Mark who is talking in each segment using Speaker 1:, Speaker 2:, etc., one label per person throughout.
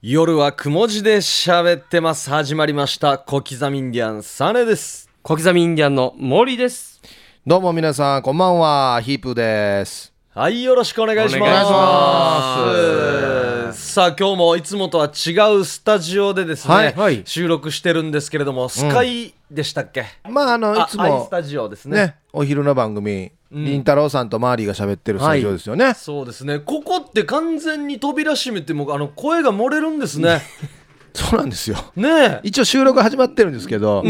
Speaker 1: 夜はくも字で喋ってます。始まりました。小刻みインディアン、サネです。
Speaker 2: 小刻みインディアンの森です。
Speaker 3: どうも皆さんこんばんはヒープーです
Speaker 1: はい、よろしくお願いします。
Speaker 2: お願いし
Speaker 1: さあ、今日もいつもとは違うスタジオでですね、
Speaker 3: はいはい
Speaker 1: 収録してるんですけれども、スカイでしたっけ、
Speaker 3: まああのい
Speaker 1: あ
Speaker 3: つ
Speaker 1: アイス
Speaker 3: も
Speaker 1: タジオですね
Speaker 3: ねお昼の番組りんたろーさんとマーリーが喋ってるスタジオですよね、
Speaker 1: そうですね。ここって完全に扉閉めても、あの、声が漏れるんです ね。
Speaker 3: そうなんですよ
Speaker 1: ねえ。
Speaker 3: 一応収録始まってるんですけど、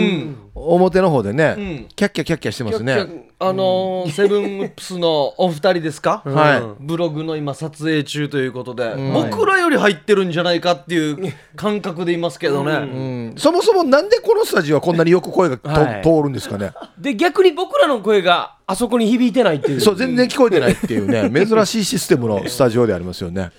Speaker 3: 表の方でね、キャッキャキャッキャしてますね
Speaker 1: あのーセブンウップスのお二人ですか、
Speaker 3: はい
Speaker 1: うんブログの今撮影中ということで、僕らより入ってるんじゃないかっていう感覚でいますけどね、
Speaker 3: うんそもそもなんでこのスタジオはこんなによく声がと、
Speaker 2: はい
Speaker 3: 通るんですかね
Speaker 2: で、逆に僕らの声があそこに響いてないっていう。
Speaker 3: そう全然聞こえてないっていうね珍しいシステムのスタジオでありますよね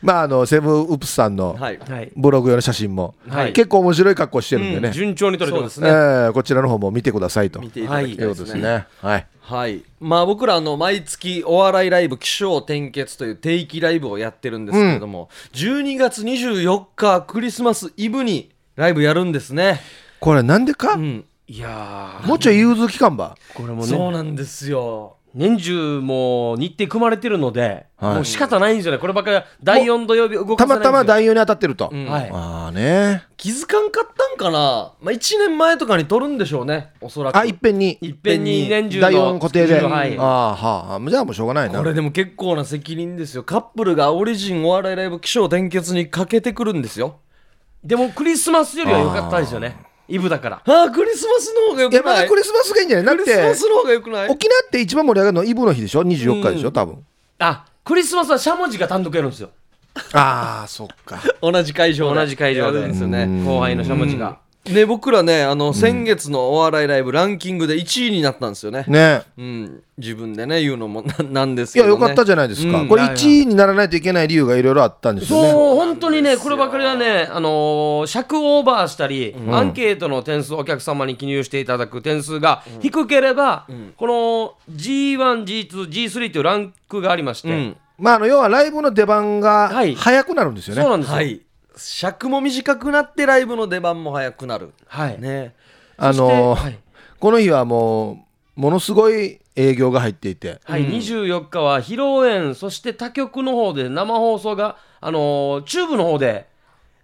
Speaker 3: まああのセブンウップスさんの
Speaker 1: はい、
Speaker 2: はい。
Speaker 3: ブログ用の写真も、
Speaker 2: はい
Speaker 3: 結構面白い格好してるんでね、
Speaker 2: 順調に取れ
Speaker 1: そうで
Speaker 2: てますす。
Speaker 3: え
Speaker 1: ね、
Speaker 3: ーこちらの方も見てくださいと
Speaker 1: 見ていただきた
Speaker 3: とい
Speaker 1: いうで
Speaker 3: こと
Speaker 1: す
Speaker 3: で
Speaker 1: ね。
Speaker 3: すね。はい。
Speaker 1: はいまあ、僕らあの毎月お笑いライブ「起承転結」という定期ライブをやってるんですけれども、12月24日クリスマスイブにライブやるんですね、
Speaker 3: これなんでか、
Speaker 1: うん、
Speaker 2: いや
Speaker 3: もうちょい融通期間ば。
Speaker 2: ー、これも
Speaker 1: そう
Speaker 2: ね、
Speaker 1: なんですよ
Speaker 2: 年中もう日程組まれてるので、
Speaker 3: はい
Speaker 2: もう仕方ないんですよね。こればっかりは第4土曜日動か
Speaker 3: た
Speaker 2: さない
Speaker 3: ま
Speaker 2: んです
Speaker 3: た
Speaker 2: よ
Speaker 3: ま代用に当たってると。
Speaker 1: ん
Speaker 2: はい。
Speaker 3: ああね。
Speaker 1: 気づかんかったんかな、まあ、1年前とかに撮るんでしょうねおそらく
Speaker 3: あ、いっぺんに。
Speaker 2: いっぺんに年中の
Speaker 3: 代用固定で。
Speaker 2: はい
Speaker 3: ああ、はあ。じゃあもうしょうがないな。
Speaker 1: これ
Speaker 3: で
Speaker 1: でも結構な責任ですよカップルがオリジンお笑いライブ起承転結にかけてくるんですよ
Speaker 2: でもクリスマスよりは良かったですよね。イブだから。
Speaker 1: ああクリスマスの方がよ
Speaker 3: いや、
Speaker 1: く
Speaker 3: ま
Speaker 1: な
Speaker 3: だ
Speaker 1: い
Speaker 3: クリスマスがいいんじゃないだっ
Speaker 1: クリスマ
Speaker 3: て
Speaker 1: ス、の方がよくない
Speaker 3: 沖縄って一番盛り上がるのイブの日でしょ ?24 日でしょ多分。
Speaker 2: あ、クリスマスはしゃもじが単独やるんですよ。
Speaker 3: ああ、そっか。
Speaker 1: 同じ会場で
Speaker 2: 同じ会場で
Speaker 1: やるんですよね
Speaker 2: 後輩のしゃもじが。
Speaker 1: ね僕らねあの先月のお笑いライブランキングで1位になったんですよね
Speaker 3: ね
Speaker 1: うん自分でね言うのもな なんですけ
Speaker 3: い
Speaker 1: ど、
Speaker 3: や、
Speaker 1: ね、
Speaker 3: よかったじゃないですか。これ1位にならないといけない理由がいろいろあったんですよね。
Speaker 2: そう、本当にね、こればかりはね、あのー尺をオーバーしたり、アンケートの点数、お客様に記入していただく点数が低ければ、この G1、G2、G3 というランクがありまして、
Speaker 1: うん
Speaker 3: まあ、あの、要はライブの出番が
Speaker 2: はい
Speaker 3: 早くなるんですよね。
Speaker 2: そうなんですよ。
Speaker 1: は。い尺も短くなってライブの出番も早くなる
Speaker 2: はい
Speaker 1: ね
Speaker 3: あのー
Speaker 2: そしてはい
Speaker 3: この日はもうものすごい営業が入っていて、
Speaker 2: はい24日は披露宴、そして他局の方で生放送が、あのーチューブの方で、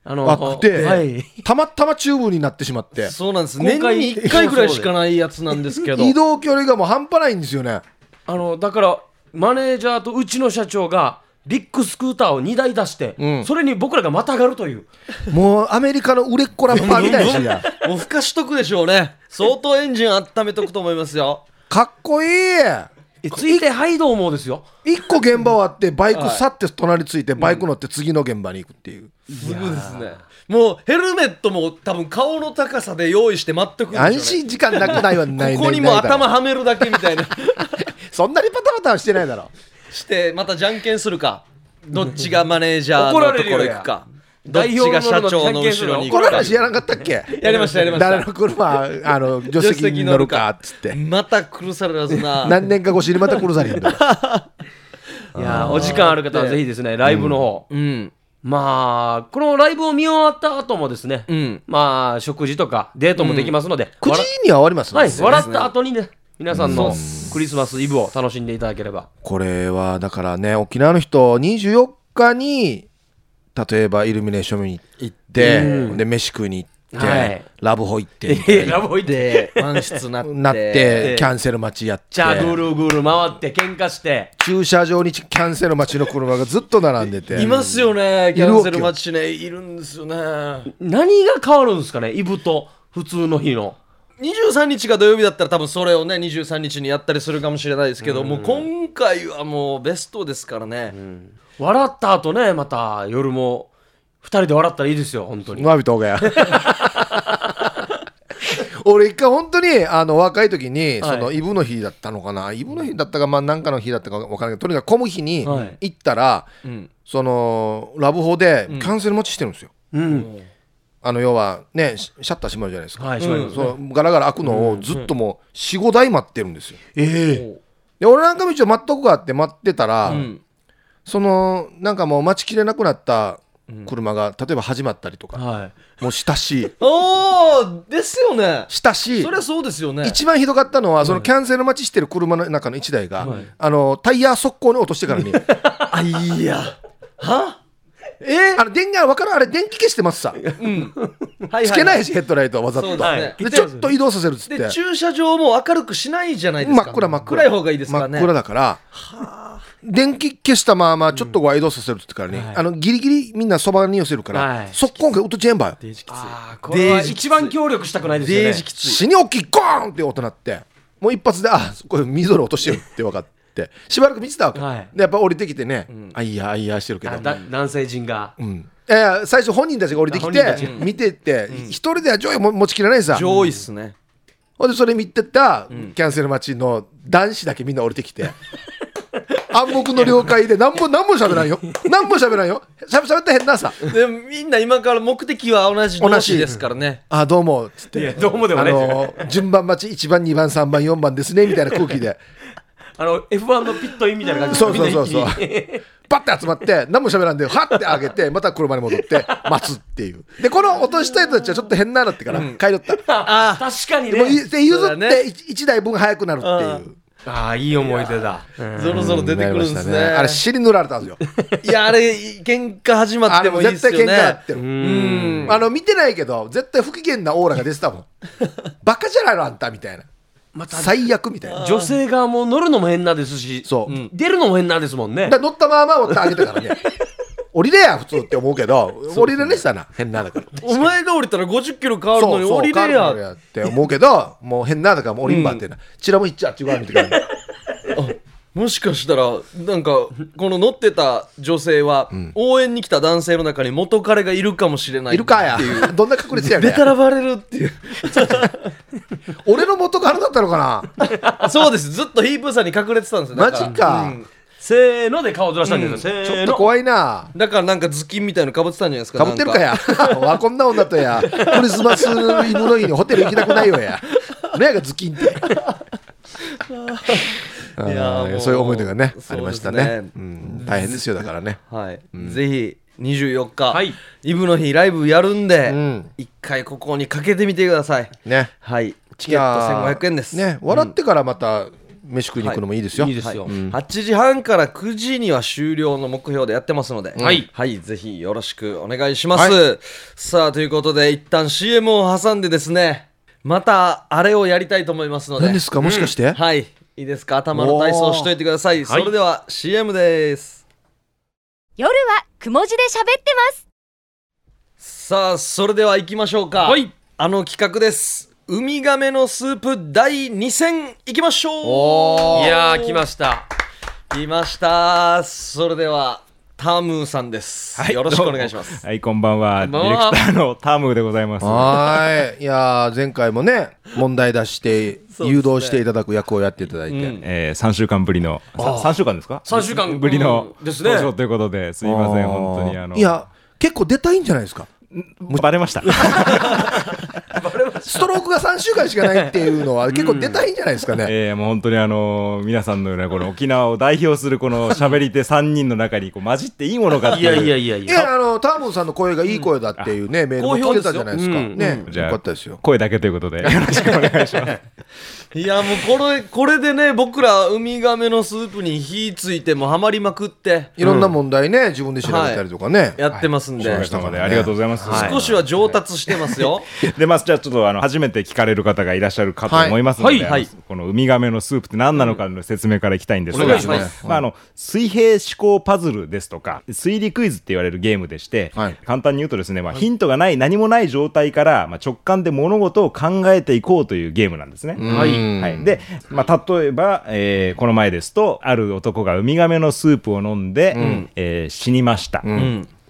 Speaker 2: あのー
Speaker 3: あくて、
Speaker 2: はい、
Speaker 3: たまたまチューブになってしまって
Speaker 1: そうなんです年
Speaker 2: 今回
Speaker 1: に1回ぐらいしかないやつなんですけど
Speaker 3: 移動距離がもう半端ないんですよね
Speaker 2: あのだからマネージャーとうちの社長がビッグスクーターを2台出して、
Speaker 3: うん
Speaker 2: それに僕らがまたがるという
Speaker 3: もうアメリカの売れっ子ラッパーみたいな人が
Speaker 1: も うふかしとくでしょうね相当エンジン温めとくと思いますよ
Speaker 3: かっこいい
Speaker 2: えついてはいどうもですよ
Speaker 3: 一個現場終わってバイク去って隣ついてバイク乗って次の現場に行くっていう、
Speaker 1: すぐですねもうヘルメットも多分顔の高さで用意して待っとくんでしょうね
Speaker 3: 安心時間なくないはない
Speaker 1: ここにも頭はめるだけみたいな
Speaker 3: そんなにパタパタはしてないだろ
Speaker 1: してまたじゃんけんするかどっちがマネージャーの
Speaker 2: 怒ら
Speaker 1: と
Speaker 2: れる
Speaker 1: こ
Speaker 2: よ
Speaker 1: ろ行くかどっちが社長の後ろに行
Speaker 3: こ
Speaker 1: く
Speaker 3: の
Speaker 1: か
Speaker 3: 話やらなかったっけ
Speaker 1: やりましたやりました
Speaker 3: 誰の車あの助手席に乗るかっつって
Speaker 1: また苦されるはずな
Speaker 3: 何年か越しにまた殺されるんだ
Speaker 2: いやーお時間ある方はぜひですねライブの方、
Speaker 1: うん
Speaker 2: まあこのライブを見終わった後もですね、
Speaker 1: うん
Speaker 2: まあ食事とかデートもできますので、
Speaker 3: 9時
Speaker 2: 笑
Speaker 3: には終わりますね、
Speaker 2: はい、笑った後にね皆さんのクリスマスイブを楽しんでいただければ
Speaker 3: これはだからね沖縄の人24日に例えばイルミネーション見に行って、で飯食いに行って、
Speaker 2: はい
Speaker 3: ラブホ行ってみたい
Speaker 2: ラブ
Speaker 1: で満室なって
Speaker 3: なってキャンセル待ちやっ
Speaker 2: じ
Speaker 3: て
Speaker 2: ゃあぐるぐる回って喧嘩して
Speaker 3: 駐車場にキャンセル待ちの車がずっと並んでて
Speaker 1: いますよねキ
Speaker 3: いる
Speaker 1: ャン
Speaker 3: わ
Speaker 1: セ
Speaker 3: けよ
Speaker 1: ル待ちねいるんですよね
Speaker 2: 何が変わるんですかねイブと普通の日の
Speaker 1: 23日が土曜日だったら多分それをね23日にやったりするかもしれないですけど、もう今回はもうベストですからね、
Speaker 2: 笑った後ねまた夜も2人で笑ったらいいですよ本当に
Speaker 3: 詫びた方が や俺一回本当にあの若い時に
Speaker 2: は
Speaker 3: そ
Speaker 2: い
Speaker 3: のイブの日だったのかなイブの日だったかまあ何かの日だったか分からないけどとにかく混む日に
Speaker 2: はい
Speaker 3: 行ったら
Speaker 1: ん
Speaker 3: そのラブホでキャンセル待ちしてるんですよ
Speaker 2: うん
Speaker 3: あの要はねシシャッター閉まるじゃないですか
Speaker 2: はいしまいます、
Speaker 3: そうガラガラ開くのをずっともう45台待ってるんですよ
Speaker 2: え
Speaker 3: で俺なんかも一応待っとくがあって待ってたら
Speaker 1: ん
Speaker 3: そのなんかもう待ちきれなくなった車が例えば始まったりとか、
Speaker 2: はい
Speaker 3: もうしたし
Speaker 1: おーですよね
Speaker 3: したし
Speaker 1: そりゃそうですよね
Speaker 3: 一番ひどかったのは、そのキャンセル待ちしてる車の中の1台が、あのタイヤ速攻に落としてからに
Speaker 1: あい やは
Speaker 3: あの電源分かるあれ電気消してますさ
Speaker 1: はい
Speaker 3: つけないいしヘッドライトはわざ
Speaker 1: そう
Speaker 3: と、
Speaker 1: ですね、
Speaker 2: はい
Speaker 3: でちょっと移動させるっつって
Speaker 1: で駐車場も明るくしないじゃないです
Speaker 3: 真
Speaker 1: か
Speaker 3: っ暗真っ暗
Speaker 1: 暗い方がいいですからね
Speaker 3: 真っ暗だから電気消したままちょっとワイドさせるって言ってからね、あのギリギリみんなそばに寄せるから、
Speaker 2: はい
Speaker 3: 速攻がウッドチェンバーよ
Speaker 1: デージきつい
Speaker 2: ああこれは
Speaker 1: デージきつい
Speaker 2: 一番協力したくないですよね
Speaker 1: デージきつい
Speaker 3: 死に大きいゴーンって音鳴ってもう一発であこれミドル落としてるって分かってしばらく見てたわけ、
Speaker 2: はい
Speaker 3: でやっぱ降りてきてね、あいやあいやしてるけど
Speaker 2: あだ男性陣が
Speaker 3: うんいやいや最初本人たちが降りてき
Speaker 2: 本人たち
Speaker 3: て見てって一人では上位も持ちきれないさ
Speaker 1: 上位っすね、
Speaker 3: ほんでそれ見てたキャンセル待ちの男子だけみんな降りてきて 暗黙の了解で何も何も喋らんよ何も喋らんよしゃべったら変なさ
Speaker 1: でもみんな今から目的は同じ同士ですからね
Speaker 3: 「あどうも」っつって
Speaker 2: いやどうもでも
Speaker 3: あ
Speaker 2: ないですよ
Speaker 3: のー順番待ち1番2番3番4番ですねみたいな空気 で
Speaker 2: あの F1 のピットインみたいな感じ
Speaker 3: そうそうそうそう
Speaker 2: みんな一気に
Speaker 3: バッて集まって何も喋らんでハッて上げてまた車に戻 って待つっていうでこの落とした人たちはちょっと変ななってから帰りよった。
Speaker 2: ああ確かに
Speaker 3: でもい
Speaker 2: ね
Speaker 3: で譲
Speaker 1: そう
Speaker 3: っ
Speaker 1: だね
Speaker 3: て一一台分早くなるっていう。
Speaker 2: ああいい思い出だうん
Speaker 1: ぞろぞろ出てくるんですね,、
Speaker 3: あれ尻塗られたんですよ。
Speaker 1: いやあれ喧嘩始まっ
Speaker 3: あ
Speaker 1: て
Speaker 3: れ
Speaker 1: も
Speaker 3: も
Speaker 1: いいっ
Speaker 3: 絶
Speaker 1: す
Speaker 3: 対
Speaker 1: よ
Speaker 3: 喧嘩や
Speaker 1: ね
Speaker 3: ってる。
Speaker 1: うん
Speaker 3: あの見てないけど絶対不機嫌なオーラが出て たもん。バカじゃないのあんたみたいな。
Speaker 2: また
Speaker 3: 最悪みたいな。
Speaker 2: 女性側も乗るのも変なんですし
Speaker 3: そう。
Speaker 2: 出るのも変なんですもんね
Speaker 3: だ乗ったままおってあげたからね。 降りれや普通って思うけど降りれねしたな変なだから。
Speaker 1: お前が降りたら50キロ変わるのに降りれ
Speaker 3: カー
Speaker 1: や
Speaker 3: ブやって思うけどもう変なだからもう降りんばってな。ちらもいっちゃあっち側見 てから。
Speaker 1: もしかしたらなんかこの乗ってた女性は応援に来た男性の中に元彼がいるかもしれない
Speaker 3: いるかや。どんな確率やね
Speaker 1: 出
Speaker 3: ん
Speaker 1: たらバレるっていう
Speaker 3: 俺の元からだったのかな。
Speaker 1: あ そうですずっとヒープーさんに隠れてたんですよだら
Speaker 3: マジか
Speaker 1: うん
Speaker 2: せーので顔ずらしたんですよせ
Speaker 3: ちょ
Speaker 2: ー
Speaker 3: っと
Speaker 2: の
Speaker 3: 怖いな。
Speaker 1: だからなんか頭巾みたいのかぶってたんじゃないですか
Speaker 3: かぶってるか
Speaker 1: なん
Speaker 3: や。 わ、こんな女とや。クリスマスイブの日にホテル行きたくないよや。ねやがズキンって。あ
Speaker 1: いやー
Speaker 3: ー
Speaker 1: もう
Speaker 3: そういう思い出がね
Speaker 1: そうです
Speaker 3: あ
Speaker 1: ね
Speaker 3: りましたね、うん、大変ですよだからね
Speaker 1: はい、ぜひ24日、
Speaker 2: はい
Speaker 1: イブの日ライブやるんで、
Speaker 3: うん
Speaker 1: 一回ここにかけてみてください
Speaker 3: ね
Speaker 1: はいチケット1500円です
Speaker 3: いやーね笑ってからまた飯食いに行くのもいいですよ、
Speaker 2: いいですよ
Speaker 1: 8時半から9時には終了の目標でやってますので、
Speaker 2: はい
Speaker 1: ぜひよろしくお願いします、さあということで一旦 CM を挟んでですねまたあれをやりたいと思いますので
Speaker 3: 何ですかもしかして、
Speaker 1: はいいいですか頭の体操しといてくださいそれでは CM です、
Speaker 4: 夜はくも字で喋ってます
Speaker 1: さあそれでは行きましょうか
Speaker 2: はい
Speaker 1: あの企画ですウミガメのスープ第2戦いきましょう
Speaker 2: いやー来ました
Speaker 1: 来ましたそれではタムーさんです、
Speaker 5: はい
Speaker 1: よろしくお願いします
Speaker 5: はい、こんばんは。
Speaker 2: ん
Speaker 5: デ
Speaker 2: ばん
Speaker 5: ィレ
Speaker 2: は
Speaker 5: クターのタムでございます。
Speaker 3: はーいいやー前回もね問題出して
Speaker 1: そうで
Speaker 3: 誘
Speaker 1: すね
Speaker 3: 導していただく役をやっていただいて、
Speaker 1: うん
Speaker 5: えー、3週間ぶりの、さ3週間ですか
Speaker 2: 三週間
Speaker 5: ぶりの
Speaker 2: うんですね
Speaker 5: 登場ということで、すいません、本当に。あの
Speaker 3: いや結構出たいんじゃないですか
Speaker 5: バレました。
Speaker 3: ストロークが3週間しかないっていうのは結構出たいんじゃないですかね、
Speaker 5: えー、もう本当にあの皆さんのようなこの沖縄を代表するこの喋り手3人の中にこう混じっていいものかって
Speaker 2: い
Speaker 5: いう
Speaker 2: やいやいやい
Speaker 3: い
Speaker 2: や
Speaker 3: やあのターボンさんの声がいい声だっていうね、メールも来てたじゃないですか、
Speaker 2: 好評です
Speaker 3: ね、
Speaker 2: よ
Speaker 5: じゃあ
Speaker 3: よかったですよ
Speaker 5: 声だけということでよろしくお願いします
Speaker 1: いやもうこれこれでね僕らウミガメのスープに火ついてもハマりまくって
Speaker 3: いろんな問題ね自分で調べたりとかね、
Speaker 1: やってますんで、
Speaker 5: おかげさまでありがとうございます、
Speaker 2: はい
Speaker 1: 少しは上達してますよ、
Speaker 5: でまあじゃあちょっとあの初めて聞かれる方がいらっしゃるかと思いますので、
Speaker 2: はいはい
Speaker 5: あのこのウミガメのスープって何なのかの説明からいきたいんですが、
Speaker 2: お願いします
Speaker 5: まあ、あの水平思考パズルですとか推理クイズって言われるゲームでして、
Speaker 3: はい
Speaker 5: 簡単に言うとですね、まあ、ヒントがない何もない状態から、まあ、直感で物事を考えていこうというゲームなんですね。
Speaker 2: はい
Speaker 5: はい、で、まあ、例えば、えーこの前ですとある男がウミガメのスープを飲んで、えー死にました、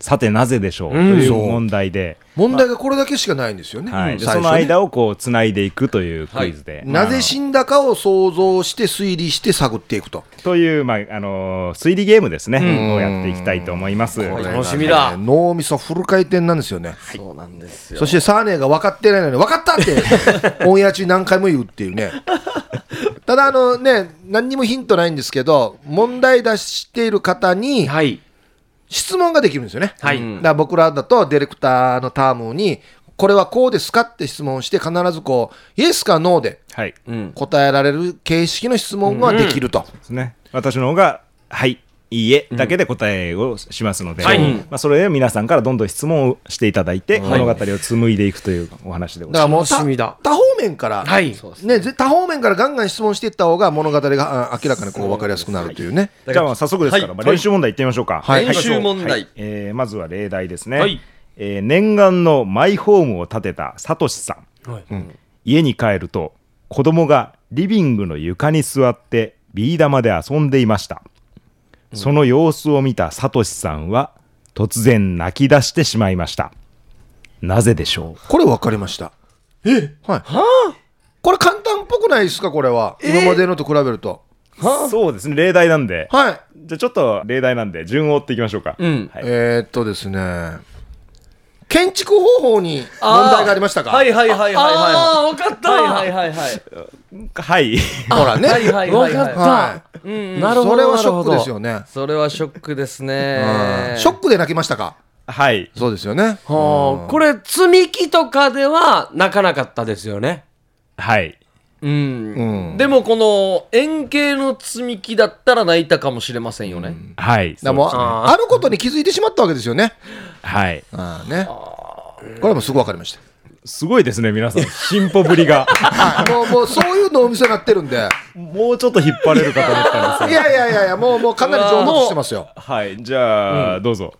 Speaker 5: さてなぜでしょう、という問題で。
Speaker 3: 問題がこれだけしかないんですよね、
Speaker 5: はい、で
Speaker 3: 最
Speaker 5: そ
Speaker 3: 初ね
Speaker 5: の間をこうつないでいくというクイズで、
Speaker 3: なぜ死んだかを想像して推理して探っていくと
Speaker 5: という、まああのー推理ゲームですね、をやっていきたいと思います。
Speaker 2: 楽しみ
Speaker 3: こ
Speaker 2: だ
Speaker 3: れがね脳みそフル回転なんですよね、
Speaker 1: そうなんですよ
Speaker 3: そしてサーネーが分かってないのに分かった ってオンエア中に何回も言うっていうねただあのね何にもヒントないんですけど問題出している方に
Speaker 2: はい
Speaker 3: 質問ができるんですよね。
Speaker 2: はい
Speaker 3: だから僕らだとディレクターのタームに、これはこうですかって質問して、必ずこう、イエスかノーで
Speaker 5: はい。で
Speaker 1: うん
Speaker 3: 答えられる形式の質問ができると。
Speaker 5: すね。私の方が、はい。いいえだけで答えをしますので、
Speaker 2: はい
Speaker 5: まあ、それを皆さんからどんどん質問をしていただいて、物語を紡いでいくというお話でご
Speaker 3: だか
Speaker 5: ざ
Speaker 3: ら
Speaker 5: いま
Speaker 3: もう
Speaker 2: 楽しみだ
Speaker 3: 多方面から、
Speaker 2: はい
Speaker 1: そうです
Speaker 3: ね、ぜ多方面からガンガン質問していった方が物語があ明らかにこう分かりやすくなるというね。
Speaker 5: す。じゃあまあ早速ですから、
Speaker 1: はい
Speaker 5: まあ練習問題いってみましょうか。
Speaker 1: はい練習問題
Speaker 5: はいえーまずは例題ですね、
Speaker 2: はい
Speaker 5: えー念願のマイホームを建てたサトシさん、
Speaker 2: はい
Speaker 5: うん家に帰ると子供がリビングの床に座ってビー玉で遊んでいましたその様子を見たサトシさんは突然泣き出してしまいましたなぜでしょ
Speaker 3: これ分かりました。えはい。これ簡単っぽくないですか、これは。今までのと比べると。
Speaker 5: うそうですね例題なんで、
Speaker 3: はい。
Speaker 5: じゃあちょっと例題なんで順を追っていきましょうか、
Speaker 1: ん
Speaker 5: はい
Speaker 3: えー、っとですね。建築方法に問題がありましたか
Speaker 1: はいはいはいはい
Speaker 2: あ
Speaker 1: は
Speaker 2: あ分
Speaker 1: い
Speaker 2: かっ
Speaker 1: はい
Speaker 2: た
Speaker 1: はいはいはい
Speaker 5: はい
Speaker 3: ほらね。
Speaker 1: はいはいはいはい
Speaker 2: わか
Speaker 3: は
Speaker 1: うん
Speaker 3: い。
Speaker 2: なるほど
Speaker 3: それはショックですよね。
Speaker 1: それはショックですね
Speaker 3: うんショックで泣きましたか
Speaker 5: はい
Speaker 3: そうですよね。
Speaker 2: はあこれ積み木とかでは泣かなかったですよね
Speaker 5: はい
Speaker 1: うん
Speaker 3: うん。
Speaker 1: でもこの円形の積み木だったら泣いたかもしれませんよね、
Speaker 5: はい
Speaker 3: だからもう
Speaker 5: そうで
Speaker 3: ああることに気づいてしまったわけですよね。
Speaker 5: すねはい
Speaker 3: ああね。これもすぐ分かりました。
Speaker 5: すごいですね、 皆さん。進歩ぶりが。
Speaker 3: はい、もう、もう、そういう脳みそになってるんで。
Speaker 5: もうちょっと引っ張れるかと思ったんです
Speaker 3: いやいやいやいや、もう、もう、かなり上達してますよ。
Speaker 5: よ。はい、じゃあ、どうぞ。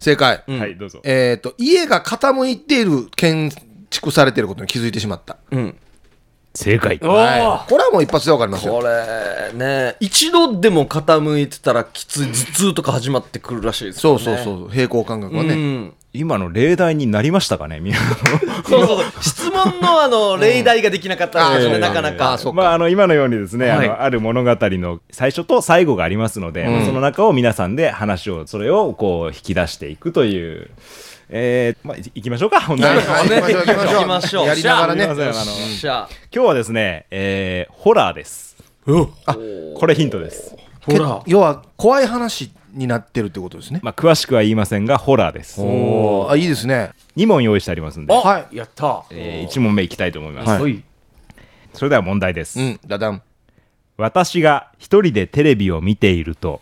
Speaker 3: 正解。
Speaker 5: はい、どうぞ。
Speaker 3: えっ、と、家が傾いている建築されていることに気づいてしまった。
Speaker 1: うん、
Speaker 5: 正解。
Speaker 2: お
Speaker 3: はい、これはもう一発で分かりますよ
Speaker 1: こ。れね一度でも傾いてたらきつい頭痛とか始まってくるらしいです
Speaker 3: そ
Speaker 1: よね
Speaker 3: うそうそう、平行感覚は
Speaker 1: う
Speaker 3: ね。
Speaker 1: ん、
Speaker 5: 今の例題になりましたかね、皆さん。
Speaker 1: そうそうそう質問のあの例題ができなかったんですよね、
Speaker 3: うん
Speaker 1: なかなか
Speaker 3: あーそうか
Speaker 5: まあ、あの、今のようにですね、あ
Speaker 1: はい
Speaker 5: の、ある物語の最初と最後がありますので、まあその中を皆さんで話を、それをこう、引き出していくという。えー、まあ、いいきましょうか、本題
Speaker 3: は
Speaker 5: に。
Speaker 3: いはい
Speaker 1: ね
Speaker 3: 行きましょう
Speaker 1: 行きましょう
Speaker 3: やりながらね
Speaker 5: すいませんあ
Speaker 1: よっしゃ
Speaker 5: 今日はですね、えー、ホラーです。
Speaker 3: あ
Speaker 5: これヒントです。
Speaker 2: ほら
Speaker 3: け要は怖い話になってるってことですね。
Speaker 5: まあ、詳しくは言いませんが、ホラーです。
Speaker 3: おーあいいですね。
Speaker 5: 2問用意してありますんで、
Speaker 3: は
Speaker 2: やった
Speaker 5: え1問目いきたいと思います。
Speaker 3: はい
Speaker 2: い
Speaker 5: それでは問題です。
Speaker 3: い。うん、だだん。
Speaker 5: 私が一人でテレビを見ていると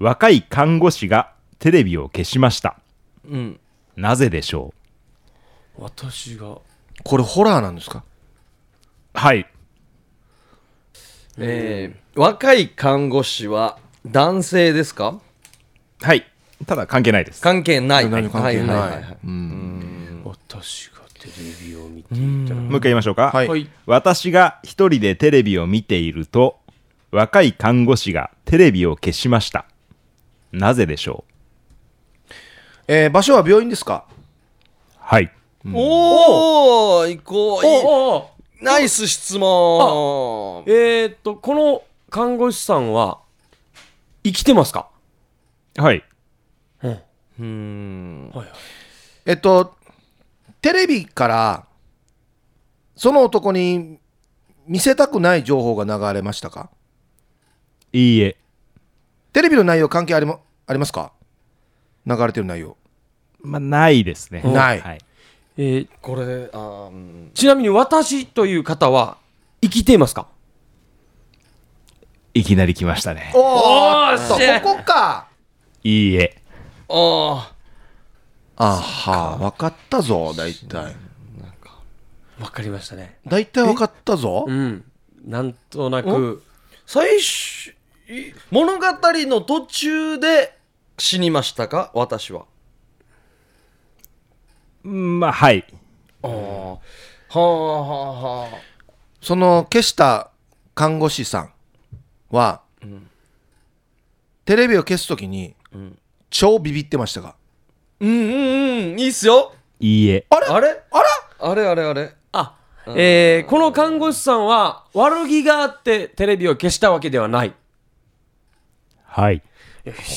Speaker 5: 若い看護師がテレビを消しました
Speaker 1: うん
Speaker 5: なぜでしょ
Speaker 2: 私が
Speaker 3: これホラーなんですか。
Speaker 5: うはい
Speaker 1: えー若い看護師は男性ですか
Speaker 5: はいただ関係ないです
Speaker 1: 関係ない
Speaker 3: 何も関係
Speaker 1: はいはい
Speaker 3: な。
Speaker 1: はい
Speaker 3: うん。
Speaker 2: 私がテレビを見ていたら
Speaker 5: もう一回言いましょうか、
Speaker 3: はい
Speaker 2: はい
Speaker 5: 私が一人でテレビを見ていると若い看護師がテレビを消しましたなぜでしょ
Speaker 3: えー場所は病院ですか。
Speaker 5: うはい
Speaker 1: おお行こういい
Speaker 2: おお
Speaker 1: ナイス質問
Speaker 2: えーっとこの看護師さんは生きてますか
Speaker 5: はい
Speaker 1: うん
Speaker 2: はい
Speaker 3: えっと、テレビから、その男に見せたくない情報が流れましたか
Speaker 5: いいえ
Speaker 3: テレビの内容関係あり,、ま、ありますか流れてる内容。
Speaker 5: まあないですね
Speaker 3: ない
Speaker 5: はい、
Speaker 2: えー
Speaker 1: これあーうん
Speaker 2: ちなみに私という方は生きていますか
Speaker 5: いきなり来ましたね
Speaker 3: お
Speaker 2: ー
Speaker 3: っと
Speaker 2: しゃ
Speaker 3: ここか
Speaker 5: いいえ
Speaker 1: あ
Speaker 3: あは分かったぞ、大体。
Speaker 2: わかりましたね
Speaker 3: 大体分かったぞ
Speaker 2: う。んなんとなく
Speaker 1: ー最初い物語の途中で死にましたか私は
Speaker 5: うんまあはい
Speaker 1: ああはあはあはあ
Speaker 3: その消した看護師さんは、テレビを消すときに、超ビビってましたが。
Speaker 1: うんうんうんいいっすよ
Speaker 5: いいえ
Speaker 1: あれあらあれあれあれ
Speaker 2: あえーこの看護師さんは悪気があってテレビを消したわけではない
Speaker 5: はい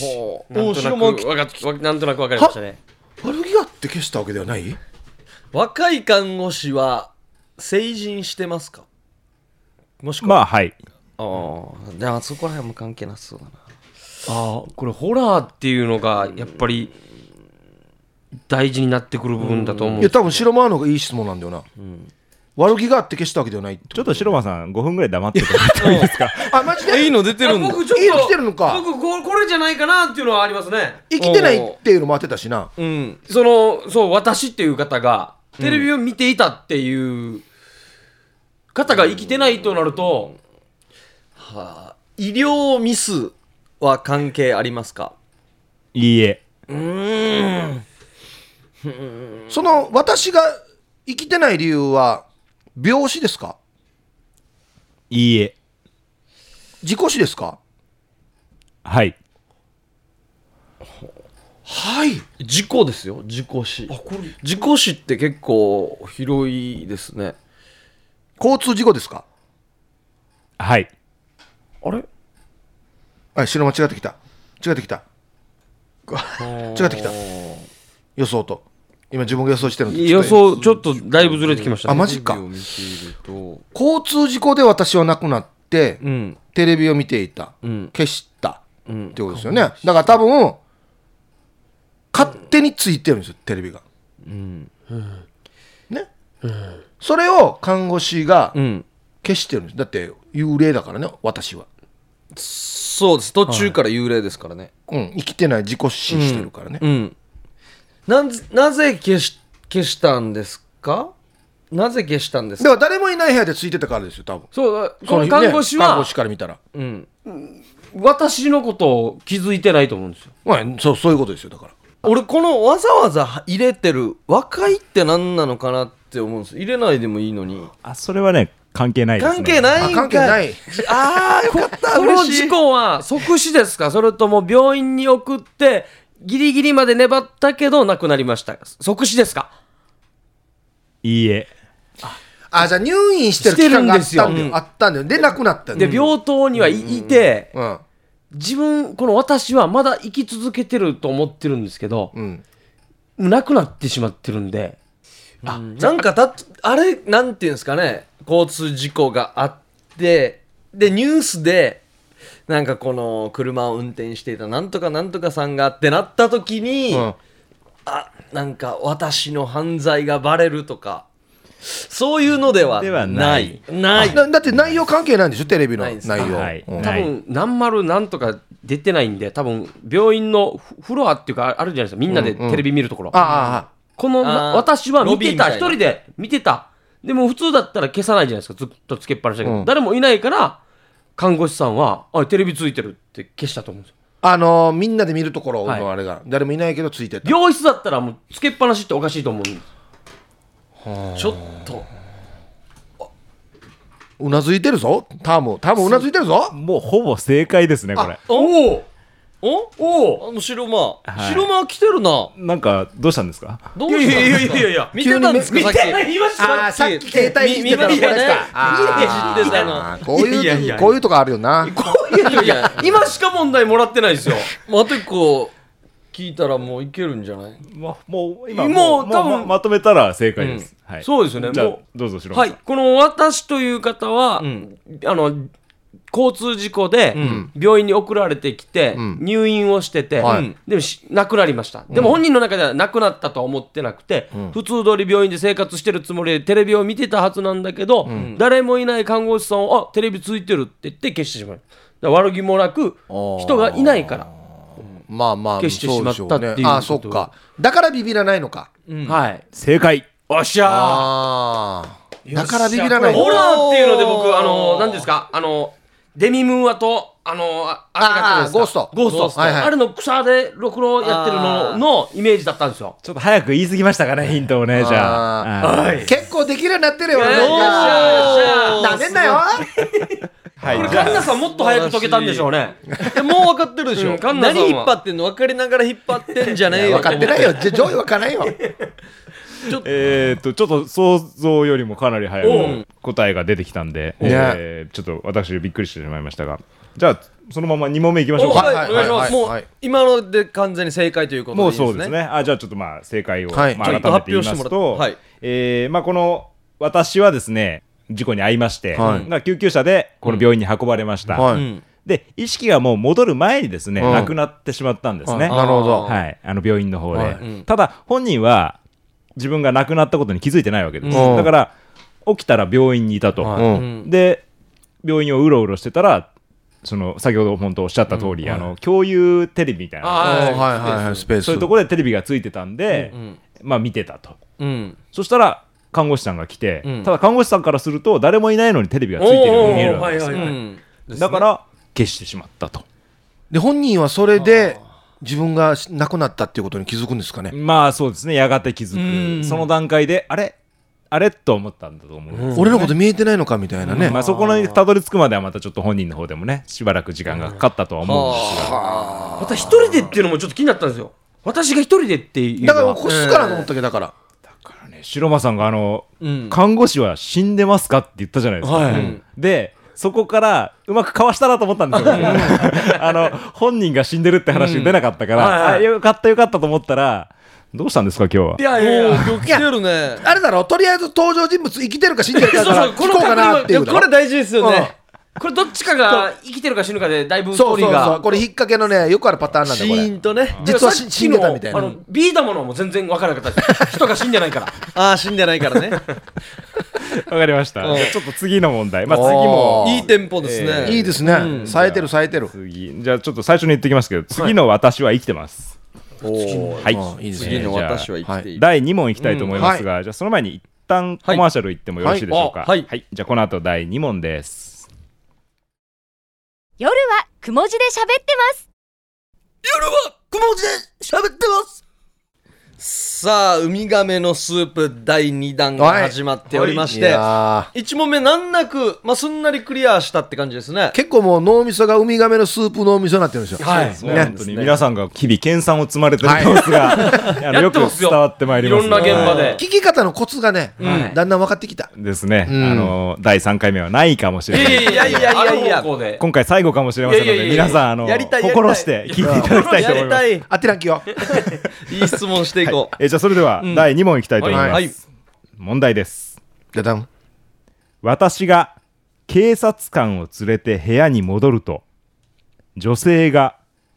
Speaker 1: ほう
Speaker 2: なん
Speaker 1: お
Speaker 2: と
Speaker 1: し
Speaker 2: な
Speaker 1: ろ
Speaker 2: く
Speaker 1: も
Speaker 2: わかっわなんとなくわかりましたね
Speaker 3: 悪気があって消したわけではない
Speaker 1: 若い看護師は成人してますかもしく
Speaker 5: ま
Speaker 1: は
Speaker 5: あはい
Speaker 1: ああじゃあそこら辺も関係なさそうだな
Speaker 2: ああこれホラーっていうのがやっぱり大事になってくる部分だと思うん
Speaker 3: い
Speaker 2: で
Speaker 3: や
Speaker 2: す
Speaker 3: 多分白マーノがいい質問なんだよな、悪気があって消したわけではないって
Speaker 5: ちょっと白間さん5分ぐらい黙っててもらってもいいですか
Speaker 3: あマジ
Speaker 1: いい
Speaker 3: で
Speaker 1: の出てるんだ
Speaker 2: 僕ちょっと
Speaker 3: いいの来てるのか
Speaker 2: 僕ここれじゃないかなっていうのはありますね
Speaker 3: 生きてないっていうのも当てたしな
Speaker 1: うん
Speaker 2: そのそう私っていう方がテレビを見ていたっていう方が生きてないとなると、
Speaker 1: はあ医療ミスは関係ありますか
Speaker 5: いいえ
Speaker 3: その私が生きてない理由は病死ですか
Speaker 5: いいえ
Speaker 3: 事故死ですか
Speaker 5: はい
Speaker 3: はい
Speaker 1: 事故ですよ事故死
Speaker 2: これ
Speaker 1: 事故死って結構広いですね
Speaker 3: 交通事故ですか
Speaker 5: はい
Speaker 1: あれ
Speaker 3: あ白間違ってきた違ってきた違ってきた予想と今自分が予想してるのと
Speaker 2: 予想ちょっとだいぶずれてきました
Speaker 3: あ
Speaker 2: ね
Speaker 3: マジか
Speaker 1: テレビを見ていると
Speaker 3: 交通事故で私は亡くなって、
Speaker 1: うん
Speaker 3: テレビを見ていた、
Speaker 1: ん
Speaker 3: 消した、
Speaker 1: うん
Speaker 3: ってことですよねだから多分勝手についてるんですよテレビが、ね、それを看護師が
Speaker 1: うん
Speaker 3: 消してるんですだって幽霊だからね私は、
Speaker 1: そうです途中から幽霊ですからね、
Speaker 3: うん、生きてない自己死してるからね、
Speaker 1: うんなんぜなぜ消し消したんですかなぜ消したんです
Speaker 3: だ
Speaker 1: か
Speaker 3: から誰もいない部屋でついてたからですよ多分
Speaker 2: そう
Speaker 3: そ
Speaker 2: この看護師
Speaker 3: ね看護
Speaker 2: は
Speaker 3: 師から見たら、
Speaker 1: うん
Speaker 2: 私のことを気づいてないと思うんですよ
Speaker 3: まあ、そうそういうことですよだから
Speaker 1: 俺このわざわざ入れてる若いって何なのかなって思うんです入れないでもいいのに
Speaker 5: あそれはね関係ないですね
Speaker 1: 関係ないんかい
Speaker 3: あ関係ない
Speaker 1: あーよかった
Speaker 2: この
Speaker 1: 嬉しい
Speaker 2: 事故は即死ですかそれとも病院に送ってギリギリまで粘ったけど亡くなりました即死ですか
Speaker 5: いいえ
Speaker 3: あじゃあ入院してる期間があったんだよあったんだよで亡くなったんだ
Speaker 2: で
Speaker 3: よ、
Speaker 2: 病棟にはいいて
Speaker 3: うん
Speaker 2: 自分この私はまだ生き続けてると思ってるんですけど
Speaker 3: うん、
Speaker 2: 亡くなってしまってるんで
Speaker 1: なんかたあれなんていうんですかね交通事故があってでニュースでなんかこの車を運転していたなんとかなんとかさんがってなった時に、
Speaker 3: うん
Speaker 1: あなんか私の犯罪がバレるとかそういうのではない
Speaker 5: ではない
Speaker 1: ない
Speaker 3: だだって内容関係ないんでしょテレビの
Speaker 1: ないです
Speaker 3: 内容、
Speaker 5: はい
Speaker 3: うん
Speaker 2: 多
Speaker 5: はい
Speaker 2: 分何丸何とか出てないんで多分病院のフフロアっていうかあるじゃないですかみんなでテレビ見るところ
Speaker 3: あああ
Speaker 2: この
Speaker 1: あー
Speaker 2: 私は
Speaker 1: ロ
Speaker 2: 見てた
Speaker 1: ビー
Speaker 2: 一
Speaker 1: みたいな
Speaker 2: 人で見てたでも普通だったら消さないじゃないですかずっとつけっぱなしだけど、
Speaker 3: うん
Speaker 2: 誰もいないから看護師さんはあテレビついてるって消したと思うんですよ
Speaker 3: あのーみんなで見るところ
Speaker 2: はい
Speaker 3: のあれが、誰もいないけどついてた
Speaker 2: 病室だったらもうつけっぱなしっておかしいと思うんです
Speaker 1: ちょっと
Speaker 3: うなずいてるぞタームタームうなずいてるぞ
Speaker 5: もうほぼ正解ですねこれ
Speaker 1: おおお
Speaker 2: おお
Speaker 1: あの白間、
Speaker 5: はい
Speaker 1: 白間来てるな
Speaker 5: なんかどうしたんですか
Speaker 1: どうしたんですか
Speaker 2: いやいやいやいやい や
Speaker 1: 見てたんですか
Speaker 3: 急
Speaker 1: さ
Speaker 3: に
Speaker 1: っき
Speaker 2: 言まし
Speaker 3: あーさっき携帯いじってたの
Speaker 1: み
Speaker 3: これですか
Speaker 1: あーいじってたの
Speaker 3: あーこういう
Speaker 2: いやいやいや
Speaker 3: こういうとこあるよない
Speaker 1: やいや
Speaker 2: 今しか問題もらってないですよ
Speaker 1: あと一個聞いたらもういけるんじゃない
Speaker 5: もうもう今
Speaker 2: もう
Speaker 5: ま
Speaker 2: 多分
Speaker 5: ままとめたら正解です、はい
Speaker 2: そうですよね
Speaker 5: じゃあ
Speaker 2: も
Speaker 5: どうぞ白間
Speaker 2: は
Speaker 5: さん、
Speaker 2: いこの私という方は、
Speaker 1: ん
Speaker 2: あの交通事故で病院に送られてきて、入院をしてて、
Speaker 3: はい
Speaker 2: でもし亡くなりました、でも本人の中では亡くなったとは思ってなくて、普通通り病院で生活してるつもりでテレビを見てたはずなんだけど、誰もいない看護師さんをあテレビついてるって言って消してしまうだから悪気もなく
Speaker 3: ー
Speaker 2: 人がいないから、
Speaker 3: まあまあ
Speaker 2: 消してしまったってい
Speaker 3: そ
Speaker 2: う
Speaker 3: でしょねあーそ
Speaker 2: こ
Speaker 3: っ
Speaker 2: と
Speaker 3: かだからビビらないのか
Speaker 2: はい
Speaker 5: 正解
Speaker 2: おっしゃー
Speaker 3: ああだからビビらない
Speaker 2: ホ
Speaker 3: の
Speaker 2: ラ
Speaker 3: か
Speaker 2: ーっていうので僕あの何ですかあのデミムーアとあのああれがやってるんですか
Speaker 3: あーゴ
Speaker 2: ゴ
Speaker 3: ー
Speaker 2: ー
Speaker 3: ス
Speaker 2: ス
Speaker 3: ト
Speaker 2: ト
Speaker 3: はいはい
Speaker 2: あれの草でろくろやってる
Speaker 1: あー
Speaker 2: ののイメージだったんですよ
Speaker 5: ちょっと早く言い過ぎましたかねヒントをねじゃあ
Speaker 3: あー
Speaker 5: はい
Speaker 3: 結構できるようになってるよ
Speaker 2: いや
Speaker 3: 俺
Speaker 2: いや
Speaker 3: なん
Speaker 2: い
Speaker 3: か
Speaker 2: や
Speaker 3: なめんなよ
Speaker 5: はい
Speaker 2: これ
Speaker 5: じゃ
Speaker 2: カ
Speaker 5: あ
Speaker 2: ンナさんもっと早く解けたんでしょうね
Speaker 1: でもう分かってるでしょ、
Speaker 2: うんカンナさん
Speaker 1: 何
Speaker 2: は
Speaker 1: 引っ張ってんの分かりながら引っ張ってんじゃねえよ
Speaker 3: 分かってないよじゃ上位分かんないよ
Speaker 5: えー、っとちょっと想像よりもかなり早
Speaker 1: うん
Speaker 5: い答えが出てきたんで、
Speaker 3: ね
Speaker 5: えーちょっと私びっくりしてしまいましたがじゃあそのまま2問目いきましょう
Speaker 1: お
Speaker 5: か
Speaker 1: はい
Speaker 3: はい
Speaker 1: お願いします、
Speaker 3: はいはい
Speaker 1: もう今ので完全に正解ということでい
Speaker 5: も
Speaker 1: いうですね
Speaker 5: そうですね。あじゃあちょっとまあ正解を、
Speaker 3: はい
Speaker 5: まあ
Speaker 1: ちょ
Speaker 5: 改
Speaker 1: っと
Speaker 5: めて言い
Speaker 1: 発表してもら
Speaker 5: ます
Speaker 1: って
Speaker 5: と、
Speaker 1: はい
Speaker 5: えーまあこの私はですね事故に遭いまして、
Speaker 3: はい
Speaker 5: まあ救急車でこの病院に運ばれました。
Speaker 3: はい
Speaker 1: うん
Speaker 5: で意識がもう戻る前にですね、
Speaker 3: うん
Speaker 5: 亡くなってしまったんですね、
Speaker 3: あなるほど
Speaker 1: あ
Speaker 5: はい、あの病院の方で、
Speaker 3: はい
Speaker 1: うん
Speaker 5: ただ本人は自分が亡くなったことに気づいてないわけです、
Speaker 3: うん
Speaker 5: だから起きたら病院にいたと、
Speaker 3: う
Speaker 1: うんん
Speaker 5: で病院をうろうろしてたらその先ほど本当おっしゃった通り、あの共有テレビみたいな
Speaker 3: あーはい
Speaker 2: あ
Speaker 3: はいはいスペース
Speaker 5: そういうところでテレビがついてたんで、
Speaker 1: うん
Speaker 5: まあ見てたと
Speaker 1: うん
Speaker 5: そしたら看護師さんが来て、
Speaker 1: うん
Speaker 5: ただ看護師さんからすると誰もいないのにテレビがついてるように見えるわけですよ、
Speaker 2: おーおーおーはいはいはい
Speaker 1: うん
Speaker 5: だから消してしまったと
Speaker 3: で本人はそれで自分がし亡くなったっていうことに気づくんですかね
Speaker 5: まあそうですねやがて気づ
Speaker 1: うん
Speaker 5: くその段階であれあれと思ったんだと思うんですよね
Speaker 3: 俺のこと見えてないのかみたいなね
Speaker 5: まあ、そこにたどり着くまではまたちょっと本人の方でもねしばらく時間がかかったとは思うんですが
Speaker 2: また一人でっていうのもちょっと気になったんですよ私が一人でっていう
Speaker 3: だ
Speaker 2: の
Speaker 3: か
Speaker 2: は
Speaker 3: ら起こすからと思ったけどだから
Speaker 5: ね白間さんがあの、
Speaker 1: うん
Speaker 5: 看護師は死んでますか?」って言ったじゃないですか、
Speaker 3: はい
Speaker 5: うんでそこからうまくかわしたなと思ったんですよ、僕 あの本人が死んでるって話が出なかったから、
Speaker 2: うんはいはい
Speaker 5: あよかったよかったと思ったらどうしたんですか今日は
Speaker 2: や
Speaker 5: い
Speaker 2: いやい
Speaker 1: お
Speaker 2: や
Speaker 1: ー今日来てるね
Speaker 3: あれだろとりあえず登場人物生きてるか死んでるかだから
Speaker 2: そう
Speaker 3: 聞
Speaker 2: そ
Speaker 3: こ
Speaker 2: う
Speaker 3: う
Speaker 2: この
Speaker 3: かなっていうだろ
Speaker 1: これ大事ですよね
Speaker 2: これどっちかが生きてるか死ぬかでだいぶスト
Speaker 3: そ
Speaker 2: ー
Speaker 3: う
Speaker 2: リ
Speaker 3: そ
Speaker 2: ー
Speaker 3: う
Speaker 2: が
Speaker 3: そうこれ引っ掛けのねよくあるパターンなんだ
Speaker 1: シ
Speaker 3: こ
Speaker 1: ーン
Speaker 3: れ
Speaker 1: とね
Speaker 2: で
Speaker 3: 実は
Speaker 2: さっきの
Speaker 3: 死んでたみたいな
Speaker 2: あのビー玉のも全然分からなかったです人が死んでないから
Speaker 1: ああ死んでないからね
Speaker 5: わかりました
Speaker 1: うん
Speaker 5: ちょっと次の問題まあ
Speaker 3: おー
Speaker 5: 次
Speaker 1: い
Speaker 5: も
Speaker 1: いテンポです
Speaker 5: え
Speaker 1: ね
Speaker 3: いいですね冴えてる冴えてる
Speaker 5: 次じゃあちょっと最初に言ってきますけど次の私は生きてます、
Speaker 3: は
Speaker 5: はい
Speaker 3: いいです
Speaker 1: 次
Speaker 3: ね
Speaker 1: の私は生きている
Speaker 5: 第2問いきたいと思いますが、じゃあその前に一旦コマーシャル行ってもよろしいでしょう
Speaker 1: は
Speaker 5: か
Speaker 1: いはいあはい
Speaker 5: じゃあこの後第2問です
Speaker 4: 夜はくも字で喋ってます。
Speaker 1: さあウミガメのスープ第2弾が始まっておりまし
Speaker 3: い
Speaker 1: て
Speaker 3: や
Speaker 1: 1問目難なくまあすんなりクリアしたって感じですね
Speaker 3: ー結構もう脳みそがウミガメのスープ脳みそになってるんですよ
Speaker 2: はい
Speaker 5: もう本当に皆さんが日々研鑽を積まれてる様子が、 あの
Speaker 2: や
Speaker 5: よ
Speaker 2: って
Speaker 5: く
Speaker 2: ますよ
Speaker 5: 伝わってまいります
Speaker 2: いろんな現場で
Speaker 5: はい
Speaker 3: 聞き方のコツがね
Speaker 2: はい
Speaker 3: だんだん分かってきた
Speaker 5: ですね、
Speaker 3: うん
Speaker 5: あの第3回目はないかもしれない
Speaker 1: いやいやいやいやいや
Speaker 2: あの方向で
Speaker 5: 今回最後かもしれませんので
Speaker 2: いやいやいやいや
Speaker 5: 皆さんあの
Speaker 1: やりたいやりたい
Speaker 5: 心して聞いていただきたいと思います
Speaker 1: やり
Speaker 3: 当てらんきよ
Speaker 1: たいいい質問していこ
Speaker 5: えじゃあそれでは、
Speaker 1: うん
Speaker 5: 第2問いきたいと思います、
Speaker 1: はいはい
Speaker 5: 問題です
Speaker 3: だだん
Speaker 5: 私が警察官を連れて部屋に戻ると女性が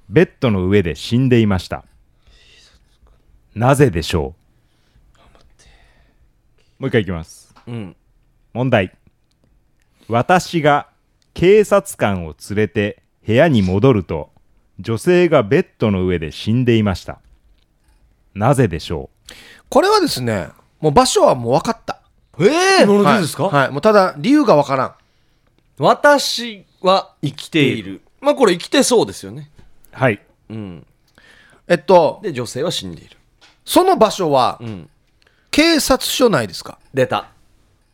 Speaker 5: ベッドの上で死んでいましたなぜでしょうもう一回いきます
Speaker 1: ううん
Speaker 5: 問題私が警察官を連れて部屋に戻ると女性がベッドの上で死んでいましたなぜでしょ
Speaker 3: これはですねもう場所はもう分かった
Speaker 1: え
Speaker 2: な
Speaker 3: はいはいもうただ理由が分からん
Speaker 1: 私は生きているまあこれ生きてそうですよね
Speaker 5: うはい
Speaker 1: うん
Speaker 3: えっと
Speaker 1: で女性は死んでいる
Speaker 3: その場所は
Speaker 1: うん
Speaker 3: 警察署内ですか
Speaker 1: 出た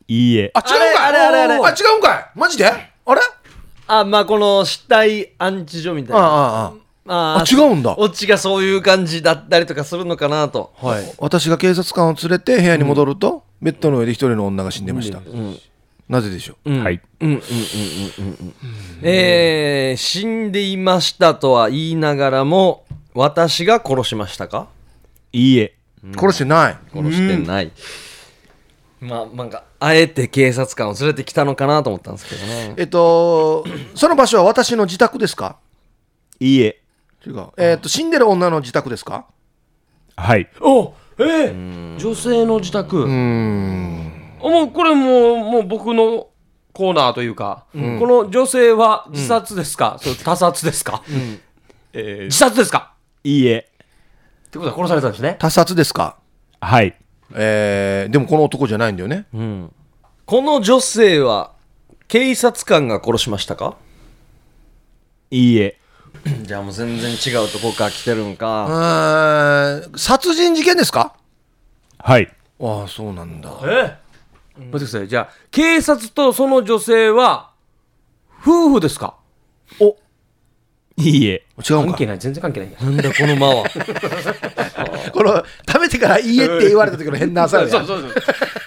Speaker 5: いいえ
Speaker 3: あ違うんかい
Speaker 1: あれあれあれあれ
Speaker 3: あ違うんかいマジであれ
Speaker 1: あまあこの死体安置所みたい
Speaker 3: ああ
Speaker 1: な
Speaker 3: あ
Speaker 1: あ
Speaker 3: ああ違うんだ
Speaker 1: オチがそういう感じだったりとかするのかなと
Speaker 3: はい、私が警察官を連れて部屋に戻ると、ベッドの上で一人の女が死んでました、なぜでしょう、
Speaker 5: はい
Speaker 1: えー死んでいましたとは言いながらも私が殺しましたか
Speaker 5: いいえ
Speaker 3: 殺してない
Speaker 1: 殺してない、まあなんかあえて警察官を連れてきたのかなと思ったんですけどね
Speaker 3: えっとその場所は私の自宅ですか
Speaker 5: いいえ
Speaker 3: 違う、えっと死んでる女の自宅ですか
Speaker 5: はい
Speaker 2: おえー、女性の自宅うんもうこれもうもう僕のコーナーというか、この女性は自殺ですか、それ他殺ですか、自殺ですか
Speaker 5: いいえ
Speaker 2: ってことは殺されたんですね
Speaker 3: 他殺ですか
Speaker 5: はい
Speaker 3: えー、でもこの男じゃないんだよね、
Speaker 1: この女性は警察官が殺しましたか
Speaker 5: いいえ
Speaker 1: じゃあもう全然違うとこから来てるん
Speaker 3: う
Speaker 1: か
Speaker 3: ーん殺人事件ですか
Speaker 5: はい。
Speaker 3: ああそうなんだ
Speaker 2: ええ待ってくださいじゃあ警察とその女性は夫婦ですか
Speaker 3: お
Speaker 5: いいえ。
Speaker 3: 違うん
Speaker 2: 関
Speaker 3: か
Speaker 2: 係ない全然関係ない
Speaker 1: なんだこの間 は
Speaker 3: この食べてから「いいえ」って言われた時の変な 朝
Speaker 2: そう
Speaker 3: う
Speaker 2: そうそう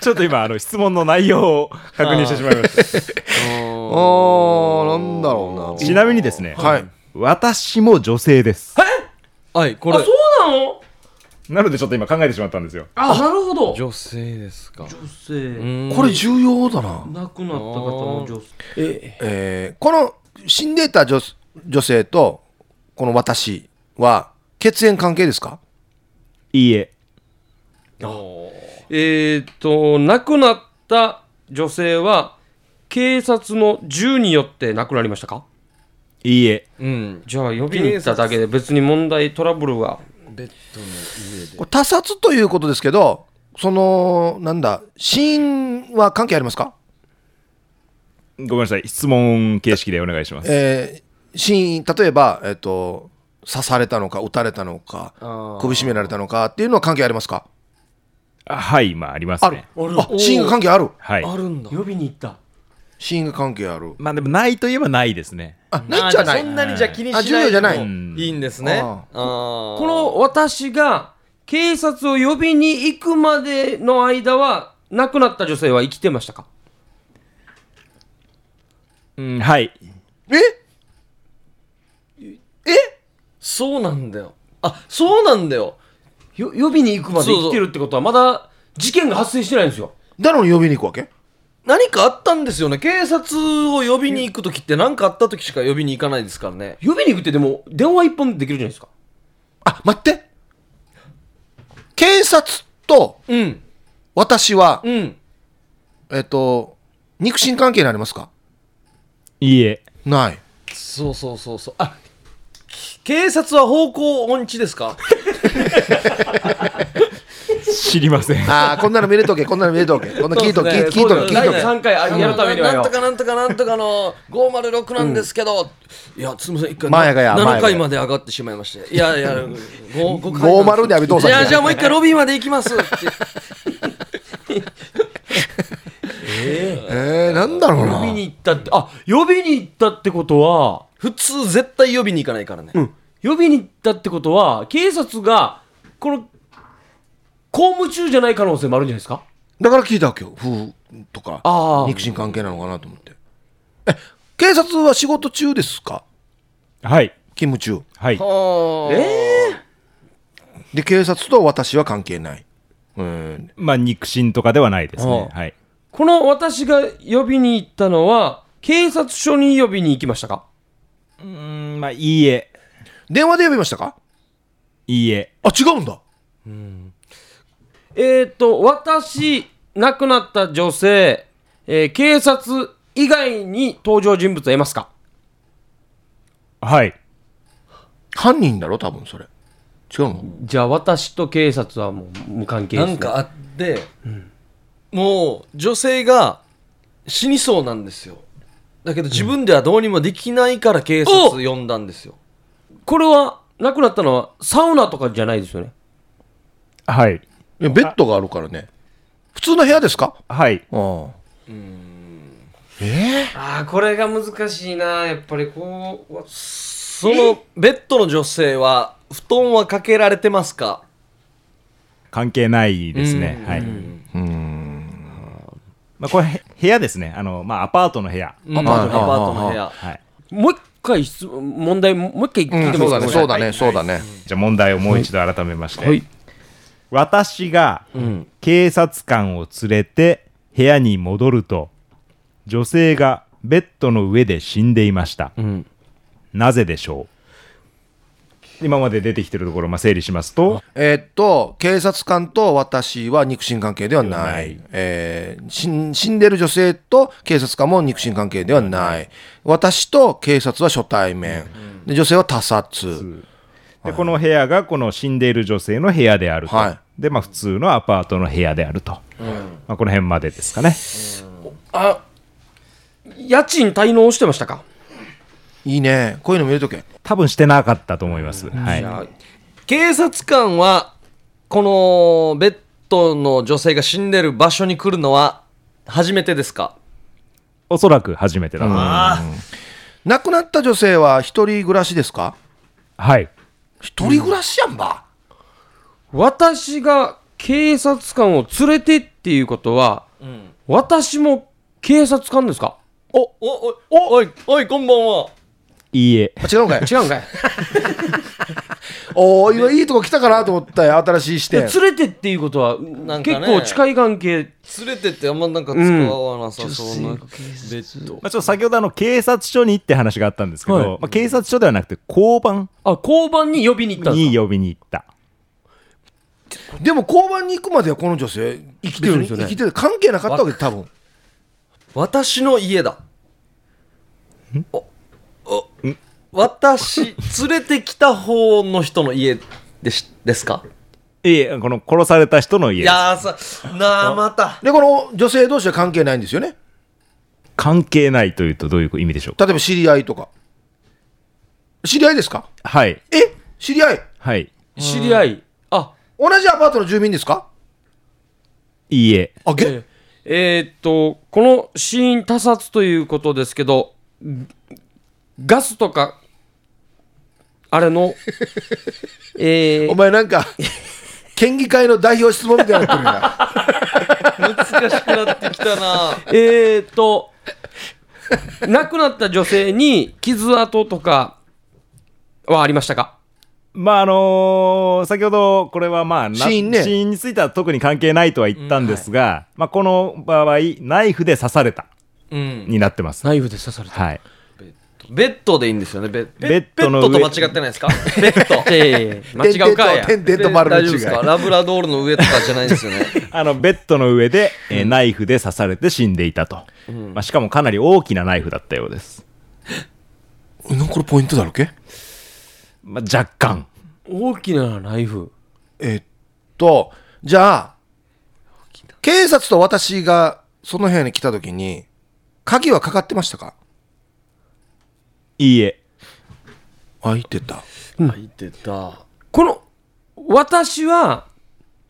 Speaker 5: ちょっと今、あの、質問の内容を確認してしまいま した。
Speaker 3: あーなんだろう
Speaker 5: ちなみにですね、
Speaker 3: なはい
Speaker 5: 私も女性です。
Speaker 1: はいこ
Speaker 2: あ
Speaker 1: れ
Speaker 2: そうなの
Speaker 5: なので、ちょっと今考えてしまったんですよ。
Speaker 2: あなるほど女
Speaker 1: 女性ですか
Speaker 2: 性
Speaker 3: これ重要だな
Speaker 2: 亡くなった方の女性
Speaker 3: えーこの死んでた女女性とこの私は血縁関係ですか
Speaker 5: いいえ
Speaker 2: えーっと亡くなった女性は警察の銃によって亡くなりましたか
Speaker 5: いいえ
Speaker 1: うん
Speaker 2: じゃあ呼びに行っただけで別に問題トラブルは
Speaker 1: ベッドの上で
Speaker 3: これ他殺ということですけどそのなんだ死因は関係ありますか、
Speaker 5: ごめんなさい質問形式でお願いします
Speaker 3: えー死因例えば、えっと刺されたのか撃たれたのか
Speaker 1: あー
Speaker 3: 首絞められたのかっていうのは関係ありますか
Speaker 5: あはいまああります
Speaker 3: ある
Speaker 5: ね
Speaker 1: ある
Speaker 3: あ死因が関係ある
Speaker 5: はい
Speaker 1: あるんだ
Speaker 2: 呼びに行った
Speaker 3: 死因が関係ある
Speaker 5: まあでもないといえばないですね
Speaker 3: あないじゃな
Speaker 1: あ
Speaker 3: い
Speaker 1: そんなにじゃあ気にしない
Speaker 3: あ重要じゃない
Speaker 1: でもいいんですね
Speaker 3: うん
Speaker 1: こ
Speaker 2: この私が警察を呼びに行くまでの間は亡くなった女性は生きてましたか
Speaker 5: うんはい
Speaker 3: え
Speaker 1: そうなんだよあそうなんだよ
Speaker 2: よ呼びに行くまで生きてるってことはまだ事件が発生してないんですよ
Speaker 3: なのに呼びに行くわけ
Speaker 1: 何かあったんですよね警察を呼びに行く時って何かあった時しか呼びに行かないですからね
Speaker 2: 呼びに行くってでも電話一本でできるじゃないですか
Speaker 3: あ待って警察と
Speaker 1: うん
Speaker 3: 私は、
Speaker 1: うん
Speaker 3: えっと肉親関係になりますか
Speaker 5: いいえ
Speaker 3: ない
Speaker 1: そうそうそうそうあき警察は方向音痴ですか
Speaker 5: 知りません
Speaker 3: ああこんなの見れとけこんなの見れとけこんな聞いとけ、聞い聞いとけ聞い
Speaker 2: 第
Speaker 3: とけ
Speaker 2: 3回あやるためには
Speaker 1: な
Speaker 2: よ
Speaker 1: んとかなんとかなんとかの506なんですけど、いやすみません一回
Speaker 3: 前やがや前
Speaker 1: 7
Speaker 3: やが
Speaker 1: 回
Speaker 3: や
Speaker 1: まで上がってしまいましていや いや 5, 5回
Speaker 3: 50で安倍父さ
Speaker 1: い
Speaker 3: んみたいな
Speaker 1: やじゃあもう一回ロビーまで行き ますって
Speaker 3: えー、なんだろう
Speaker 2: 呼び
Speaker 3: な
Speaker 2: に行ったってあ呼びに行ったってことは
Speaker 1: 普通絶対呼びに行かないからね、
Speaker 2: 呼びに行ったってことは警察がこの公務中じゃない可能性もあるんじゃないですか
Speaker 3: だから聞いたわけよ夫婦とか
Speaker 2: あー
Speaker 3: 肉親関係なのかなと思ってえ警察は仕事中ですか
Speaker 5: はい
Speaker 3: 勤務中
Speaker 5: はい
Speaker 1: え
Speaker 3: で警察と私は関係ないうん
Speaker 5: まあ肉親とかではないですね
Speaker 2: あ
Speaker 5: はい
Speaker 2: この私が呼びに行ったのは警察署に呼びに行きましたか
Speaker 5: うんまあいいえ
Speaker 3: 電話で呼びましたか
Speaker 5: いいえ
Speaker 3: あ違うんだ
Speaker 2: えっ、ー、と私亡くなった女性、えー警察以外に登場人物はいますか
Speaker 5: はい
Speaker 3: 犯人だろ多分それ違うの
Speaker 2: じゃあ私と警察はもう無関係です、
Speaker 1: な
Speaker 2: ね、
Speaker 1: んかあって、もう女性が死にそうなんですよだけど自分ではどうにもできないから警察呼んだんですよ、
Speaker 2: これは亡くなったのはサウナとかじゃないですよね
Speaker 5: はい
Speaker 3: いやベッドがあるからね普通の部屋ですか
Speaker 5: はい
Speaker 3: ああえー
Speaker 2: ああこれが難しいなやっぱりこう
Speaker 1: そのベッドの女性は布団はかけられてますか
Speaker 5: 関係ないですねはいまあこれへ部屋ですねあのまあアパートの部屋
Speaker 1: アパー
Speaker 3: はい
Speaker 1: トのアパートの部屋
Speaker 5: はい
Speaker 2: もう一回質問問題もう一回
Speaker 3: う
Speaker 2: 聞い
Speaker 3: ん
Speaker 2: て
Speaker 3: そ
Speaker 2: も
Speaker 3: う
Speaker 2: い
Speaker 3: だね、
Speaker 2: いですか
Speaker 3: そうだね、そうだね。
Speaker 5: じゃあ問題をもう一度改めまして、
Speaker 2: はい
Speaker 5: 私が警察官を連れて部屋に戻ると女性がベッドの上で死んでいました、なぜでしょう今まで出てきてるところ、まあ、整理しますと
Speaker 3: えーっと、警察官と私は肉親関係ではない。
Speaker 5: ない
Speaker 3: えー死ん死んでる女性と警察官も肉親関係ではない。私と警察は初対面。で女性は他殺。
Speaker 5: でこの部屋がこの死んでいる女性の部屋であると、
Speaker 3: は
Speaker 5: でまあ、普通のアパートの部屋であると、まあ、この辺までですかね
Speaker 2: あ家賃滞納してましたか
Speaker 3: いいね。こういうの見れとけ。
Speaker 5: 多分してなかったと思います、はい、
Speaker 2: あ
Speaker 1: 警察官はこのベッドの女性が死んでる場所に来るのは初めてですか
Speaker 5: おそらく初めてだと思います
Speaker 3: 亡くなった女性は一人暮らしですか
Speaker 5: はい
Speaker 3: 一人暮らしやんば。
Speaker 2: 私が警察官を連れてっていうことは、私も警察官ですか
Speaker 1: おおおおいおいこんばんは
Speaker 5: いい え
Speaker 3: あ違うんかい
Speaker 2: 違うんかい
Speaker 3: おお今いいとこ来たかなと思ったよ新しい視点
Speaker 2: 連れてっていうことは、
Speaker 1: なんかね
Speaker 2: 結構近い関係
Speaker 1: 連れてってあんまなんか使わなさそうな、
Speaker 2: うん
Speaker 1: ベッド
Speaker 5: まあ、ちょっと先ほどあの警察署にって話があったんですけど、
Speaker 2: はい
Speaker 5: まあ、警察署ではなくて交番
Speaker 2: あ交番に呼びに行ったんです
Speaker 5: に
Speaker 2: か
Speaker 5: 呼びに行った
Speaker 3: でも交番に行くまではこの女性生きてるんですよね生きてる関係なかったわけで多分
Speaker 1: 私の家だおお私連れてきた方の人の家でしですか
Speaker 5: いえこの殺された人の
Speaker 1: い
Speaker 5: 家
Speaker 1: やーさなあまた
Speaker 3: でこの女性同士は関係ないんですよね
Speaker 5: 関係ないというとどういう意味でしょうか
Speaker 3: 例えば知り合いとか知り合いですか
Speaker 5: はい
Speaker 3: え知り合い
Speaker 5: はい
Speaker 2: 知り合いあ
Speaker 3: 同じアパートの住民ですか
Speaker 5: いいえ
Speaker 3: あげ、
Speaker 2: ええーっとこの死因他殺ということですけどんガスとかあれ のえ
Speaker 3: お
Speaker 2: ー、
Speaker 3: 前なん か県議会の代表質問みたいになってる な
Speaker 1: 難しくなってきたな
Speaker 2: えーっと亡くなった女性に傷跡とかはありましたか
Speaker 5: まああのー先ほどこれはまあな
Speaker 3: 死因ね
Speaker 5: 死因については特に関係ないとは言ったんですが、まあ、この場合ナイフで刺された
Speaker 1: うん
Speaker 5: になってます、
Speaker 2: ナイフで刺 され
Speaker 5: はい
Speaker 1: ベッドでいいんですよねベッ
Speaker 5: ベッドの上
Speaker 1: ベッドと間違ってないですかベッド
Speaker 2: 間違うかや
Speaker 3: てんてんと丸の
Speaker 1: 大丈夫
Speaker 3: 違
Speaker 1: で
Speaker 3: い
Speaker 1: すかラブラドールの上とかじゃないんですよね
Speaker 5: あのベッドの上で、えーナイフで刺されて死んでいたと、まあ、しかもかなり大きなナイフだったようです、
Speaker 3: うんこれポイントだろうけ
Speaker 5: まあ、若干
Speaker 2: 大きなナイフ
Speaker 3: えっとじゃあ警察と私がその部屋に来た時に鍵はかかってましたか
Speaker 5: いいえ
Speaker 3: 開いてた
Speaker 1: 入ってた
Speaker 2: この私は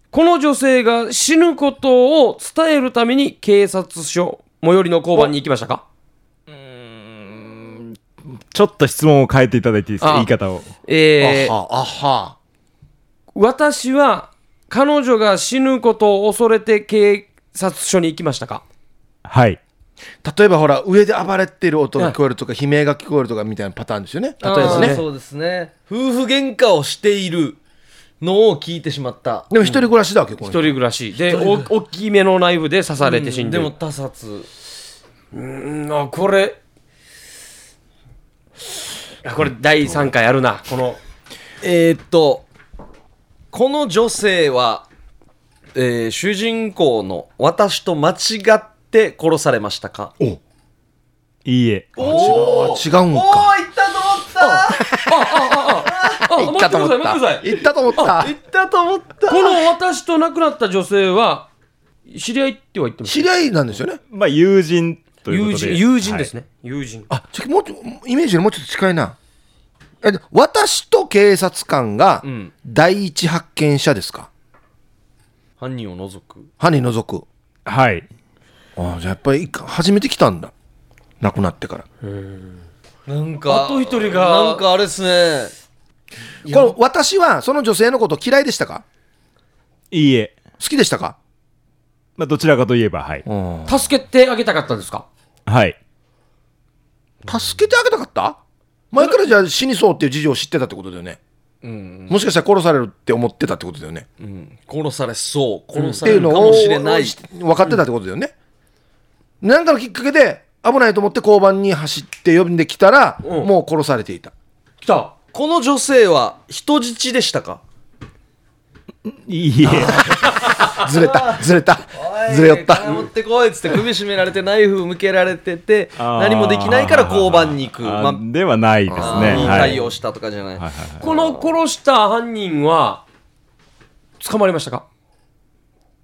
Speaker 2: この女性が死ぬことを伝えるために警察署最寄りの交番に行きましたか
Speaker 5: ちょっと質問を変えていただいていいですか
Speaker 2: あ
Speaker 5: 言い方を。
Speaker 2: え
Speaker 3: あ
Speaker 2: ー、
Speaker 3: はあは
Speaker 2: 私は彼女が死ぬことを恐れて警察署に行きましたか
Speaker 5: はい。
Speaker 3: 例えばほら上で暴れてる音が聞こえるとか悲鳴が聞こえるとかみたいなパターンですよね例えば
Speaker 1: あー
Speaker 3: ね
Speaker 1: そうですね夫婦喧嘩をしているのを聞いてしまった
Speaker 3: でも一人暮らしだわけこ
Speaker 2: 一
Speaker 3: の人
Speaker 2: 人暮らしでお大きめのナイフで刺されて死んで
Speaker 1: で
Speaker 2: る、
Speaker 1: も他殺
Speaker 2: うんあこれあこれ第3回やるなこの
Speaker 1: えーっとこの女性は、えー主人公の私と間違って殺されましたかお
Speaker 5: いいえ。
Speaker 1: お
Speaker 3: 違うん
Speaker 1: おー行っ
Speaker 3: か
Speaker 1: たと思った
Speaker 2: あ待ってください待ってください
Speaker 3: 行ったと思った
Speaker 1: 行ったと思った
Speaker 2: この私と亡くなった女性は知り合いっては言ってます
Speaker 3: 知り合いなんですよね
Speaker 5: まあ友人という
Speaker 2: 友
Speaker 5: ことで。
Speaker 2: 人友人ですね、友人
Speaker 3: あちょもうちょイメージよりもうちょっと近いなえ私と警察官が
Speaker 1: ん
Speaker 3: 第一発見者ですか、
Speaker 1: 犯人を除く
Speaker 3: 犯人除く
Speaker 5: はい。はい。
Speaker 3: ああじゃあやっぱり一回初めて来たんだ亡くなってから
Speaker 1: なんか
Speaker 2: あと一人が
Speaker 1: なんかあれですね
Speaker 3: この私はその女性のこと嫌いでしたか
Speaker 5: いいえ。
Speaker 3: 好きでしたか
Speaker 5: まあどちらかといえば、はい。
Speaker 2: 助けてあげたかったんですか
Speaker 5: はい。
Speaker 3: 助けてあげたかった前からじゃあ死にそうっていう事情を知ってたってことだよね、もしかしたら殺されるって思ってたってことだよね、っ
Speaker 1: 殺されそう殺さ
Speaker 3: て
Speaker 1: れ
Speaker 3: いう
Speaker 1: るか
Speaker 3: の
Speaker 1: も
Speaker 3: を
Speaker 1: しれない
Speaker 3: 分かってたってことだよね、なんかのきっかけで危ないと思って交番に走って呼んできたら、
Speaker 2: うん
Speaker 3: もう殺されていた
Speaker 2: 来た
Speaker 1: この女性は人質でしたか
Speaker 5: いいえ。
Speaker 3: ずれたずれたずれよっ
Speaker 1: おい金
Speaker 3: た
Speaker 1: 持ってこいっつって首絞められてナイフ向けられてて
Speaker 5: あー
Speaker 1: 何もできないから交番に行く
Speaker 5: あ
Speaker 1: まあ
Speaker 5: ではないですね。
Speaker 1: いい
Speaker 5: は
Speaker 1: 対
Speaker 5: い。
Speaker 1: 応したとかじゃない、
Speaker 2: この殺した犯人は捕まりましたか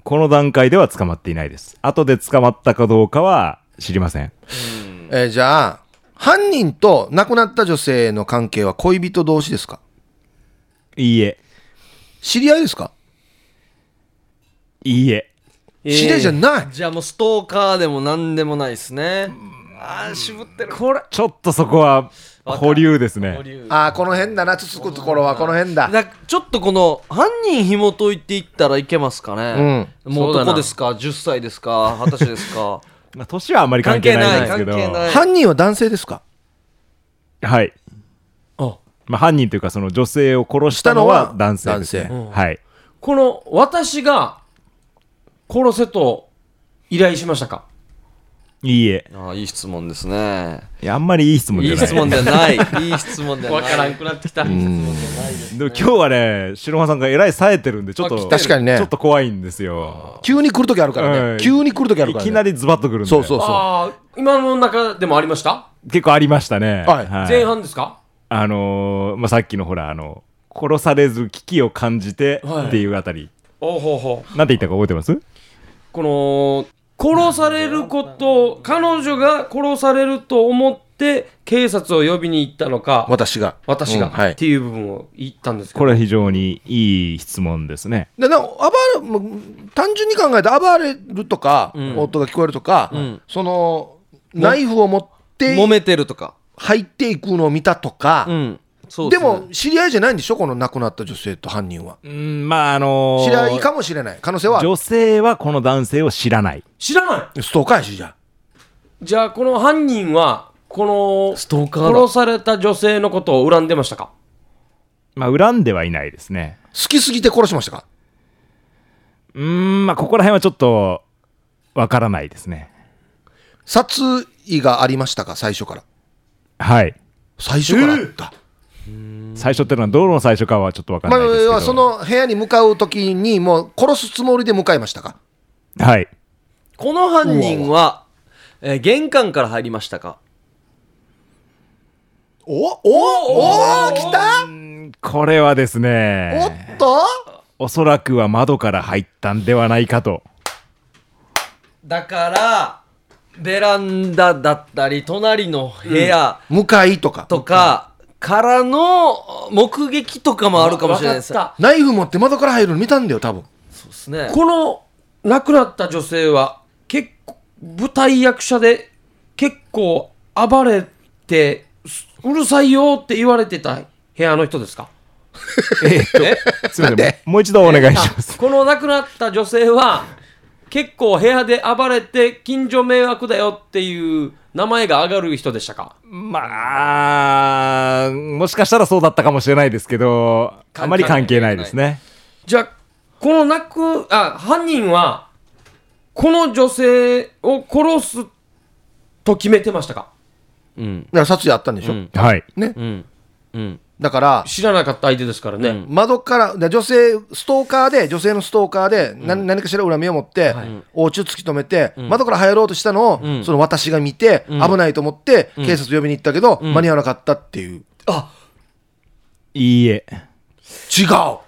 Speaker 5: この段階では捕まっていないです。後で捕まったかどうかは知りません。
Speaker 3: えーじゃあ犯人と亡くなった女性の関係は恋人同士ですか
Speaker 5: いいえ。
Speaker 3: 知り合いですか、
Speaker 5: いいえ。
Speaker 3: 知り合いじゃない
Speaker 1: じゃあもうストーカーでも何でもないですねああ渋ってるこれ
Speaker 5: ちょっとそこは保留です
Speaker 1: 保
Speaker 5: ね。
Speaker 1: 留
Speaker 3: ああこの辺だなつつくところはこの辺だ
Speaker 1: だちょっとこの犯人紐解いていったらいけますかね、もう
Speaker 2: そうだ
Speaker 1: 男
Speaker 2: な
Speaker 1: ですか10歳ですか二十歳ですか
Speaker 5: まあ年はあまり関係ないんですけど。
Speaker 1: 関係ない関係ない
Speaker 3: 犯人は男性ですか
Speaker 5: はい。まあ、犯人というかその女性を殺したの
Speaker 3: したの
Speaker 5: は
Speaker 3: は
Speaker 5: 男性です、ね
Speaker 3: 男性
Speaker 5: はい、
Speaker 2: この私が殺せと依頼しましたか
Speaker 5: いいえ
Speaker 1: ああいい質問ですね
Speaker 5: いやあんまりいい質問じ
Speaker 1: い
Speaker 5: ゃ
Speaker 1: い
Speaker 5: ない
Speaker 1: 質問じゃないいい質問じゃない
Speaker 2: わからんくなってきた
Speaker 5: でも今日はね白間さんがえらい冴えてるんでちょっ
Speaker 2: あ来
Speaker 5: と
Speaker 2: てる
Speaker 3: 確かにね
Speaker 5: ちょっと怖いんですよ
Speaker 3: 急に来るときあるから
Speaker 5: うん
Speaker 3: ね。急に来るときある
Speaker 5: い
Speaker 3: からね。
Speaker 5: きなりズバッとくるんで
Speaker 3: そうそうそ
Speaker 2: ああ今の中でもありました、
Speaker 5: 結構ありましたね、
Speaker 3: はい
Speaker 2: 前半ですか
Speaker 5: あのーまあ、さっきのほらあの殺されず危機を感じて
Speaker 2: はい
Speaker 5: っていうあたり、
Speaker 2: おうほうほう
Speaker 5: なんて言ったか覚えてます
Speaker 2: この殺されること彼女が殺されると思って警察を呼びに行ったのか
Speaker 3: う。私が。
Speaker 2: 私が、
Speaker 3: うんはい
Speaker 2: っていう部分を言ったんですけど
Speaker 5: これは非常にいい質問ですね
Speaker 3: でな暴れもう単純に考えて暴れるとか、音が聞こえるとか、そのナイフを持って
Speaker 1: 揉めてるとか
Speaker 3: 入っていくのを見たと
Speaker 1: う
Speaker 3: か、
Speaker 1: んそう
Speaker 3: です
Speaker 1: ね
Speaker 3: も知り合いじゃないんでしょこの亡くなった女性と犯人は
Speaker 5: うんまああのー
Speaker 3: 知り合いかもしれない可能性はある
Speaker 5: 女性はこの男性を知らない
Speaker 2: 知らない
Speaker 3: ストーカーやしじゃん
Speaker 2: じゃあこの犯人はこの
Speaker 1: ストーカーだ
Speaker 2: 殺された女性のことを恨んでましたか
Speaker 5: まあ恨んではいないですね
Speaker 3: 好きすぎて殺しましたか
Speaker 5: うーんまあここら辺はちょっとわからないですね
Speaker 3: 殺意がありましたか最初から
Speaker 5: はい
Speaker 3: 最初からあった、
Speaker 5: 最初っていうのはどの最初かはちょっとわか
Speaker 3: ま
Speaker 5: ら
Speaker 3: あ
Speaker 5: ないですけ
Speaker 3: 要
Speaker 5: ど、
Speaker 3: はその部屋に向かう時にもう殺すつもりで向かいましたか
Speaker 5: はい
Speaker 1: この犯人は、えー玄関から入りましたか
Speaker 3: おおおお来た
Speaker 5: これはです
Speaker 3: おっ
Speaker 5: ね
Speaker 3: と
Speaker 5: おそらくは窓から入ったんではないかと
Speaker 1: だからベランダだったり隣の部屋
Speaker 3: 向かいとか
Speaker 1: とかからの目撃とかもあるかもしれないです
Speaker 2: わかっ
Speaker 3: ナイフ持って窓から入るの見たんだよ多分
Speaker 1: そうですね
Speaker 2: たこの亡くなった女性は結構舞台役者で結構暴れてすうるさいよって言われてた部屋の人ですか
Speaker 5: えっとすいませんもう一度お願いします
Speaker 2: この亡くなった女性は結構部屋で暴れて近所迷惑だよっていう名前が上がる人でしたか
Speaker 5: まあもしかしたらそうだったかもしれないですけどあまり関係ないですね
Speaker 2: じゃあこのなくあ犯人はこの女性を殺すと決めてましたか
Speaker 1: うん
Speaker 3: だから殺意あったんでしょ、
Speaker 1: うん
Speaker 5: はい
Speaker 3: ね
Speaker 1: うんうん
Speaker 3: だから
Speaker 2: 知らなかった相手ですからね、
Speaker 1: うん
Speaker 3: 窓からだから女性ストーカーで女性のストーカーで、な何かしら恨みを持って、お家を突き止めて、窓から入ろうとしたのを、
Speaker 1: ん
Speaker 3: その私が見て、危ないと思って、警察呼びに行ったけど、間に合わなかったっていう違う
Speaker 5: いいえちょ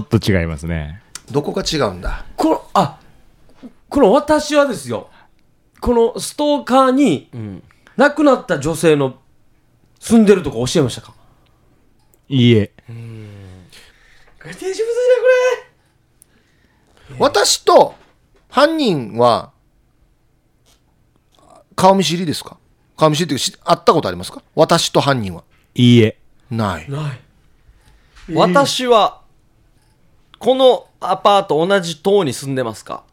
Speaker 5: っと違いますね
Speaker 3: どこが違うんだ
Speaker 2: このあこの私はですよこのストーカーに
Speaker 1: ん
Speaker 2: 亡くなった女性の住んでるとこ教えましたか
Speaker 5: いいえ
Speaker 2: 大丈夫だよ
Speaker 3: 私と犯人は顔見知りですか顔見知りっていうかし会ったことありますか私と犯人はい
Speaker 5: いえ
Speaker 3: ない
Speaker 2: ない
Speaker 1: 私はこのアパート同じ棟に住んでますか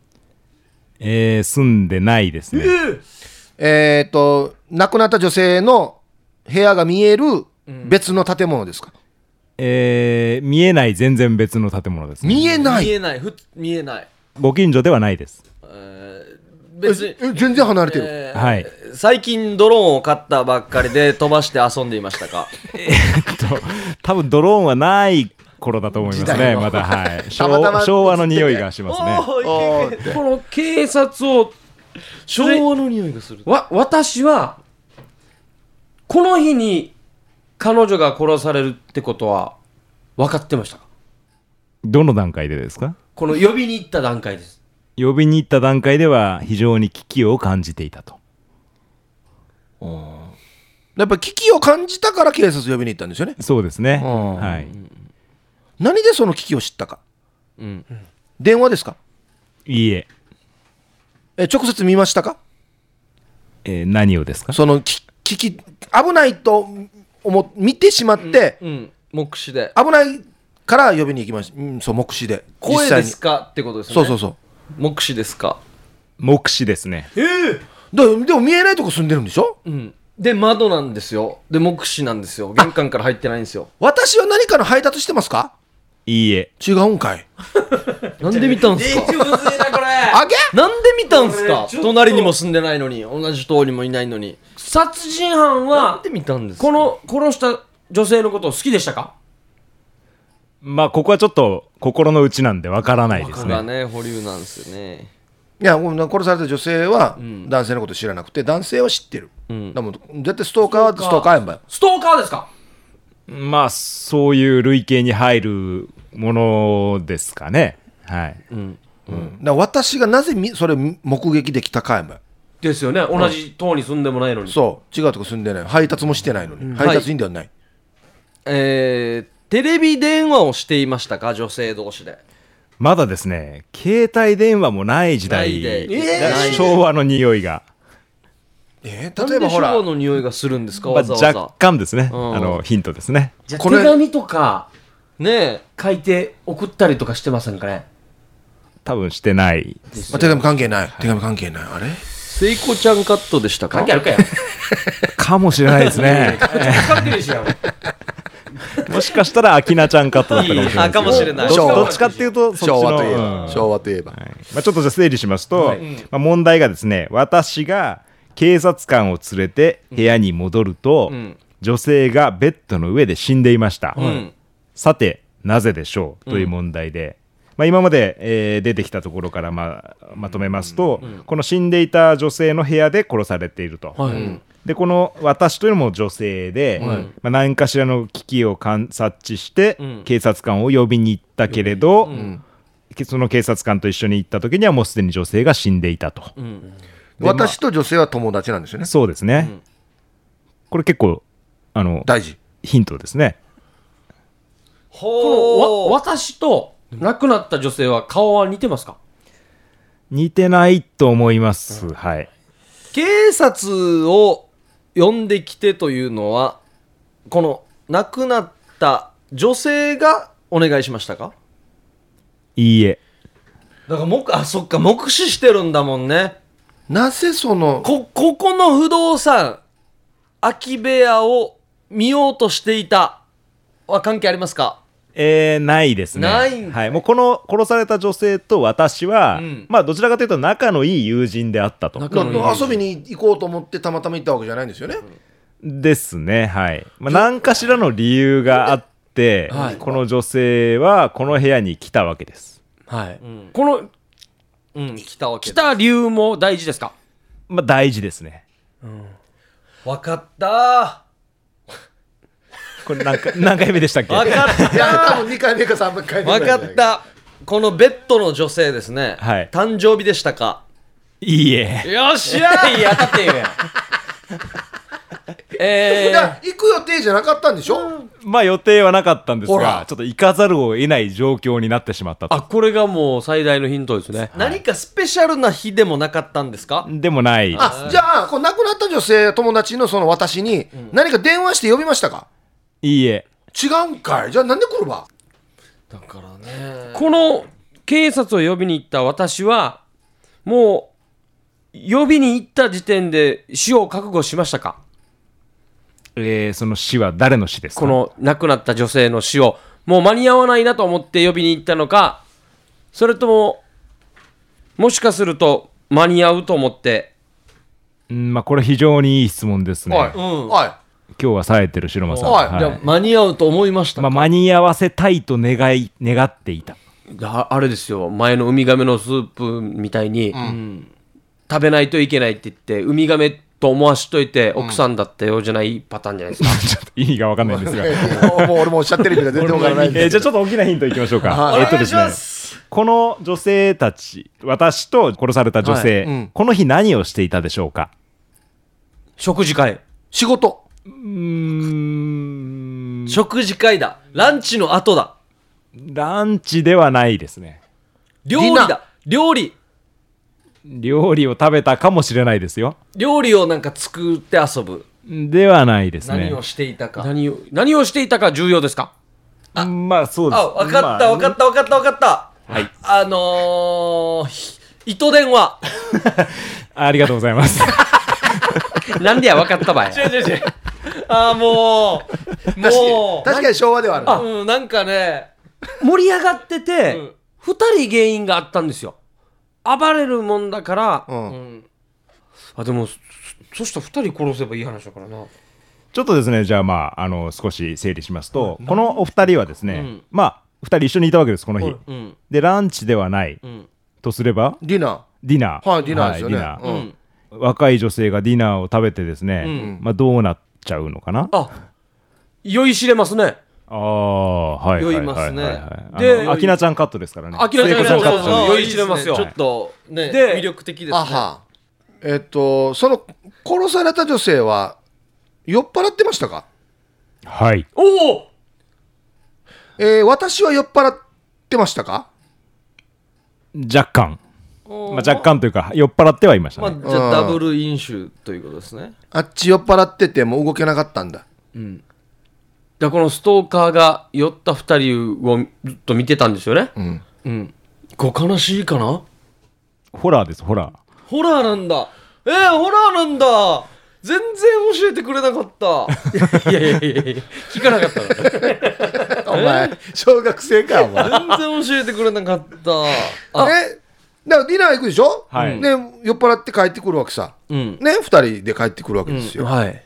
Speaker 5: えー、住んでないですね、
Speaker 3: えっ、と亡くなった女性の部屋が見える別の建物ですか、
Speaker 5: えー見えない全然別の建物です、ね、
Speaker 3: 見えない
Speaker 1: 見えないふ見えない
Speaker 5: ご近所ではないです
Speaker 1: 別に
Speaker 3: ええ全然離れてる、
Speaker 1: えー
Speaker 5: はい
Speaker 1: 最近ドローンを買ったばっかりで飛ばして遊んでいましたか
Speaker 5: と多分ドローンはない頃だと思います
Speaker 3: 時代
Speaker 5: ね
Speaker 3: の
Speaker 5: ま だはい昭
Speaker 3: たまたま
Speaker 5: 昭和の匂いがしますね
Speaker 1: おー
Speaker 3: おー
Speaker 2: この警察を
Speaker 1: 昭和の匂いがする
Speaker 2: わ私はこの日に彼女が殺されるってことは分かってましたか
Speaker 5: どの段階でですか
Speaker 2: この呼びに行った段階です
Speaker 5: 呼びに行った段階では非常に危機を感じていたと
Speaker 3: やっぱ危機を感じたから警察呼びに行ったんですよね
Speaker 5: そうですね
Speaker 3: うん
Speaker 5: はい
Speaker 3: 何でその危機を知ったか、電話ですか
Speaker 5: いいえ
Speaker 3: え直接見ましたか
Speaker 5: えー何をですか
Speaker 3: そのき危機危ないと思見てしまって、
Speaker 1: うん目視で
Speaker 3: 危ないから呼びに行きました、うん、そう目視で
Speaker 1: 声
Speaker 3: 実
Speaker 1: で
Speaker 3: 際に
Speaker 1: すかってことですよ
Speaker 3: そ
Speaker 1: ね
Speaker 3: うそうそう
Speaker 1: 目視ですか
Speaker 5: 目視ですね
Speaker 3: だでも見えないとこ住んでるんでしょ
Speaker 1: うんで窓なんですよで目視なんですよ玄関から入ってないんですよ
Speaker 3: 私は何かの配達してますか
Speaker 5: いいえ
Speaker 3: 違うんかい
Speaker 1: なんで見たんすか
Speaker 2: せえなこれ
Speaker 3: あげ
Speaker 1: なんで見たんす
Speaker 2: こ
Speaker 1: か
Speaker 2: れちょっと
Speaker 1: 隣にも住んでないのに同じ通りもいないのに
Speaker 2: 殺人
Speaker 1: なん
Speaker 2: 犯は
Speaker 1: で見たんですか
Speaker 2: この殺した女性のことを好きでしたか
Speaker 5: まあここはちょっと心の内なんでわからないです
Speaker 1: こ
Speaker 5: ね
Speaker 1: がね保留なんですよね
Speaker 3: いやこの殺された女性は男性のこと知らなくて男性は知ってる、だからもう絶対ストーカーはストーカーやんばい
Speaker 2: ストーカーですか
Speaker 5: まあそういう類型に入るものですかねはい、
Speaker 3: だから私がなぜみそれ目撃できたかやんばい
Speaker 2: ですよね同じ党に住んでもないのに
Speaker 3: そう違うとこ住んでない配達もしてないのに、配達員ではない、
Speaker 1: えー、テレビ電話をしていましたか女性同士で
Speaker 5: まだですね携帯電話もない時代
Speaker 1: ないで
Speaker 5: だから
Speaker 1: えー
Speaker 5: 昭和の匂いが、
Speaker 3: え
Speaker 1: な
Speaker 3: ー例え
Speaker 1: んで
Speaker 3: ばほら
Speaker 1: 昭和の匂いがするんですか
Speaker 5: まあ
Speaker 1: わざわざ
Speaker 5: 若干ですね、
Speaker 1: うん
Speaker 5: あのヒントですね
Speaker 2: じゃあ
Speaker 3: これ
Speaker 2: 手紙とか
Speaker 1: ね
Speaker 2: 書いて送ったりとかしてませんかね
Speaker 5: 多分してない
Speaker 3: まあ手紙関係ない、手紙関係ないあれ
Speaker 1: え聖子ちゃんカットでしたか
Speaker 2: 関係あるかよ
Speaker 5: かもしれないですね
Speaker 2: 関係ないしよ
Speaker 5: もしかしたらアキナちゃんカットだったかもしれないです
Speaker 1: あかもしれない
Speaker 3: 昭
Speaker 5: ど
Speaker 3: 和
Speaker 5: どっちかっていうとそっちの
Speaker 3: 昭和といえ
Speaker 5: う
Speaker 3: ば
Speaker 5: ん
Speaker 3: 昭和といえば、
Speaker 5: はいまあ、ちょっとじゃあ整理しますと、まあ、問題がですね私が警察官を連れて部屋に戻ると、
Speaker 1: ん
Speaker 5: 女性がベッドの上で死んでいました、
Speaker 1: うん
Speaker 5: さてなぜでしょうという問題で、まあ、今まで、えー出てきたところから、まあ、まとめますと、この死んでいた女性の部屋で殺されていると、
Speaker 1: うん
Speaker 5: でこの私というのも女性で、まあ、何かしらの危機を観察知して、
Speaker 1: ん
Speaker 5: 警察官を呼びに行ったけれど、その警察官と一緒に行った時にはもうすでに女性が死んでいたと、
Speaker 3: 私と女性は友達なんですよね
Speaker 5: そうですね、これ結構あの
Speaker 3: 大事
Speaker 5: ヒントですね
Speaker 2: この
Speaker 1: わ
Speaker 2: わ私と亡くなった女性は顔は似てますか
Speaker 5: 似てないと思います、はい
Speaker 1: 警察を呼んできてというのはこの亡くなった女性がお願いしましたか
Speaker 5: いいえ
Speaker 1: だから目あそっか目視してるんだもんね
Speaker 3: なぜその
Speaker 1: こここの不動産空き部屋を見ようとしていたは関係ありますか
Speaker 5: えーないですね。
Speaker 1: ないんかい
Speaker 5: はい。もうこの殺された女性と私は、
Speaker 1: うん
Speaker 5: まあどちらかというと仲のいい友人であったと。
Speaker 2: 仲のいい友人
Speaker 3: 遊びに行こうと思ってたまたま行ったわけじゃないんですよね、
Speaker 5: ですね。はい。まあ何かしらの理由があって、
Speaker 2: はい
Speaker 5: この女性はこの部屋に来たわけです。
Speaker 2: はい、
Speaker 1: ん
Speaker 2: この
Speaker 1: うん来たわけ
Speaker 2: 来
Speaker 1: だ
Speaker 2: た理由も大事ですか
Speaker 5: まあ大事ですね。
Speaker 1: わかった
Speaker 5: これ何回 何回目でしたっ
Speaker 1: ー
Speaker 5: け
Speaker 1: わかっ
Speaker 3: いや多分2回目か3回
Speaker 1: たわかったこのベッドの女性ですね
Speaker 5: はい
Speaker 1: 誕生日でしたか
Speaker 5: いいえ。
Speaker 1: よっしゃー
Speaker 2: 当たってい るやんえー、
Speaker 3: 行く予定じゃなかったんでしょ、
Speaker 5: まあ予定はなかったんです
Speaker 3: ほ
Speaker 5: が
Speaker 3: ら、
Speaker 5: ちょっと行かざるを得ない状況になってしまったと。
Speaker 2: あこれがもう最大のヒントですね
Speaker 1: 何かスペシャルな日でもなかったんですか
Speaker 5: でもないです。
Speaker 3: あじゃあこう亡くなった女性友達のその私に何か電話して呼びましたか、
Speaker 5: いいえ。
Speaker 3: 違うんかいじゃあなんで来るわ
Speaker 1: だからね
Speaker 2: この警察を呼びに行った私はもう呼びに行った時点で死を覚悟しましたか
Speaker 5: えーその死は誰の死ですか
Speaker 2: この亡くなった女性の死をもう間に合わないなと思って呼びに行ったのかそれとももしかすると間に合うと思って
Speaker 5: うんまあこれ非常にいい質問ですね。
Speaker 3: はい、
Speaker 1: うん
Speaker 3: は
Speaker 5: 今日は冴えてる白間さん。
Speaker 3: はい
Speaker 1: じゃあ間に合うと思いました
Speaker 5: まあ、間に合わせたいと願い願っていた
Speaker 2: ああれですよ前のウミガメのスープみたいに、食べないといけないって言ってウミガメと思わしといて奥さんだったようじゃないパターンじゃないですか、
Speaker 5: ちょっと意味が分かんないんですが、
Speaker 3: いもう俺もおっしゃってるけど全然わからないん
Speaker 5: え
Speaker 3: で
Speaker 5: ーじ
Speaker 3: す
Speaker 5: ゃあちょっと大きなヒントいきましょうか、
Speaker 1: お
Speaker 5: えーっと
Speaker 1: 願
Speaker 5: で
Speaker 1: い
Speaker 5: す
Speaker 1: し
Speaker 5: ね
Speaker 1: ます
Speaker 5: この女性たち私と殺された女性、
Speaker 3: はいうん
Speaker 5: この日何をしていたでしょうか
Speaker 2: 食事会
Speaker 3: 仕事
Speaker 5: うーん
Speaker 1: 食事会だランチの後だ
Speaker 5: ランチではないですね
Speaker 1: 料
Speaker 3: ディ
Speaker 1: 理
Speaker 3: ナー
Speaker 1: だ料理
Speaker 5: 料理を食べたかもしれないですよ
Speaker 1: 料理をなんか作って遊ぶ
Speaker 5: ではないですね
Speaker 1: 何をしていたか
Speaker 2: 何を何をしていたか重要ですか
Speaker 5: まあそうです
Speaker 1: あ分かった分か
Speaker 5: っ
Speaker 1: った分かった分かったはいあのーひ糸電話
Speaker 5: たありがとうございます
Speaker 2: なんでや分かったばい
Speaker 1: 違う違う違う ああもうもう
Speaker 3: 確かに昭和ではある
Speaker 1: うん、なんかね
Speaker 2: 盛り上がってて、
Speaker 1: うん
Speaker 2: 2人原因があったんですよ暴れるもんだから、
Speaker 3: うん
Speaker 2: あでもそそしたら2人殺せばいい話だからな
Speaker 5: ちょっとですね、じゃあまあ、あの、少し整理しますと、このお二人はですね、
Speaker 1: うん
Speaker 5: まあ、二人一緒にいたわけです、この日。
Speaker 1: うん
Speaker 5: で、ランチではない
Speaker 1: うん
Speaker 5: とすれば、
Speaker 3: ディナ
Speaker 5: ディナー。
Speaker 3: はいディナーですよね
Speaker 5: はいディ
Speaker 1: う
Speaker 5: ナ
Speaker 1: ん
Speaker 5: ー若い女性がディナーを食べてですね、
Speaker 1: うん
Speaker 5: まあ、どうなっちゃうのかなあ
Speaker 2: あ酔いしれますね
Speaker 5: あー、はいはい
Speaker 1: 酔
Speaker 5: はいい
Speaker 1: ます
Speaker 5: は
Speaker 1: ね
Speaker 5: いはい。
Speaker 2: で
Speaker 5: で、アキナちゃんカットですからね。
Speaker 2: 明らかに
Speaker 5: 聖子ちゃんカッ
Speaker 2: そ
Speaker 5: ト
Speaker 2: うそうそう
Speaker 5: で
Speaker 2: 酔いしれますよ
Speaker 1: ちょっとね
Speaker 2: で
Speaker 1: 魅力的です
Speaker 3: ー
Speaker 1: ね
Speaker 3: あはえっとその殺された女性は酔っ払ってましたか
Speaker 5: す。はい。
Speaker 2: おお
Speaker 3: えー私は酔っ払ってましたか
Speaker 5: 若干。まあ、若干というか、酔っ払ってはいました
Speaker 1: ま
Speaker 5: ね。
Speaker 1: あ、じゃあダブル飲酒ということですね
Speaker 3: あっち酔っ払っててもう動けなかったんだ
Speaker 2: だからこのストーカーが酔った2人をずっと見てたんですよね、
Speaker 1: うんご悲しいかな
Speaker 5: ホラーです、ホラー。
Speaker 1: ホラーなんだえー、ホラーなんだ全然教えてくれなかった
Speaker 2: いやいやいやいや聞かなかったの
Speaker 3: お前小学生かお前
Speaker 1: 全然教えてくれなか ったあ
Speaker 3: えだからディナー行くでしょ、
Speaker 5: はい
Speaker 3: ね、酔っ払って帰ってくるわけさ、
Speaker 1: うん
Speaker 3: ね、2人で帰ってくるわけですよ、
Speaker 2: はい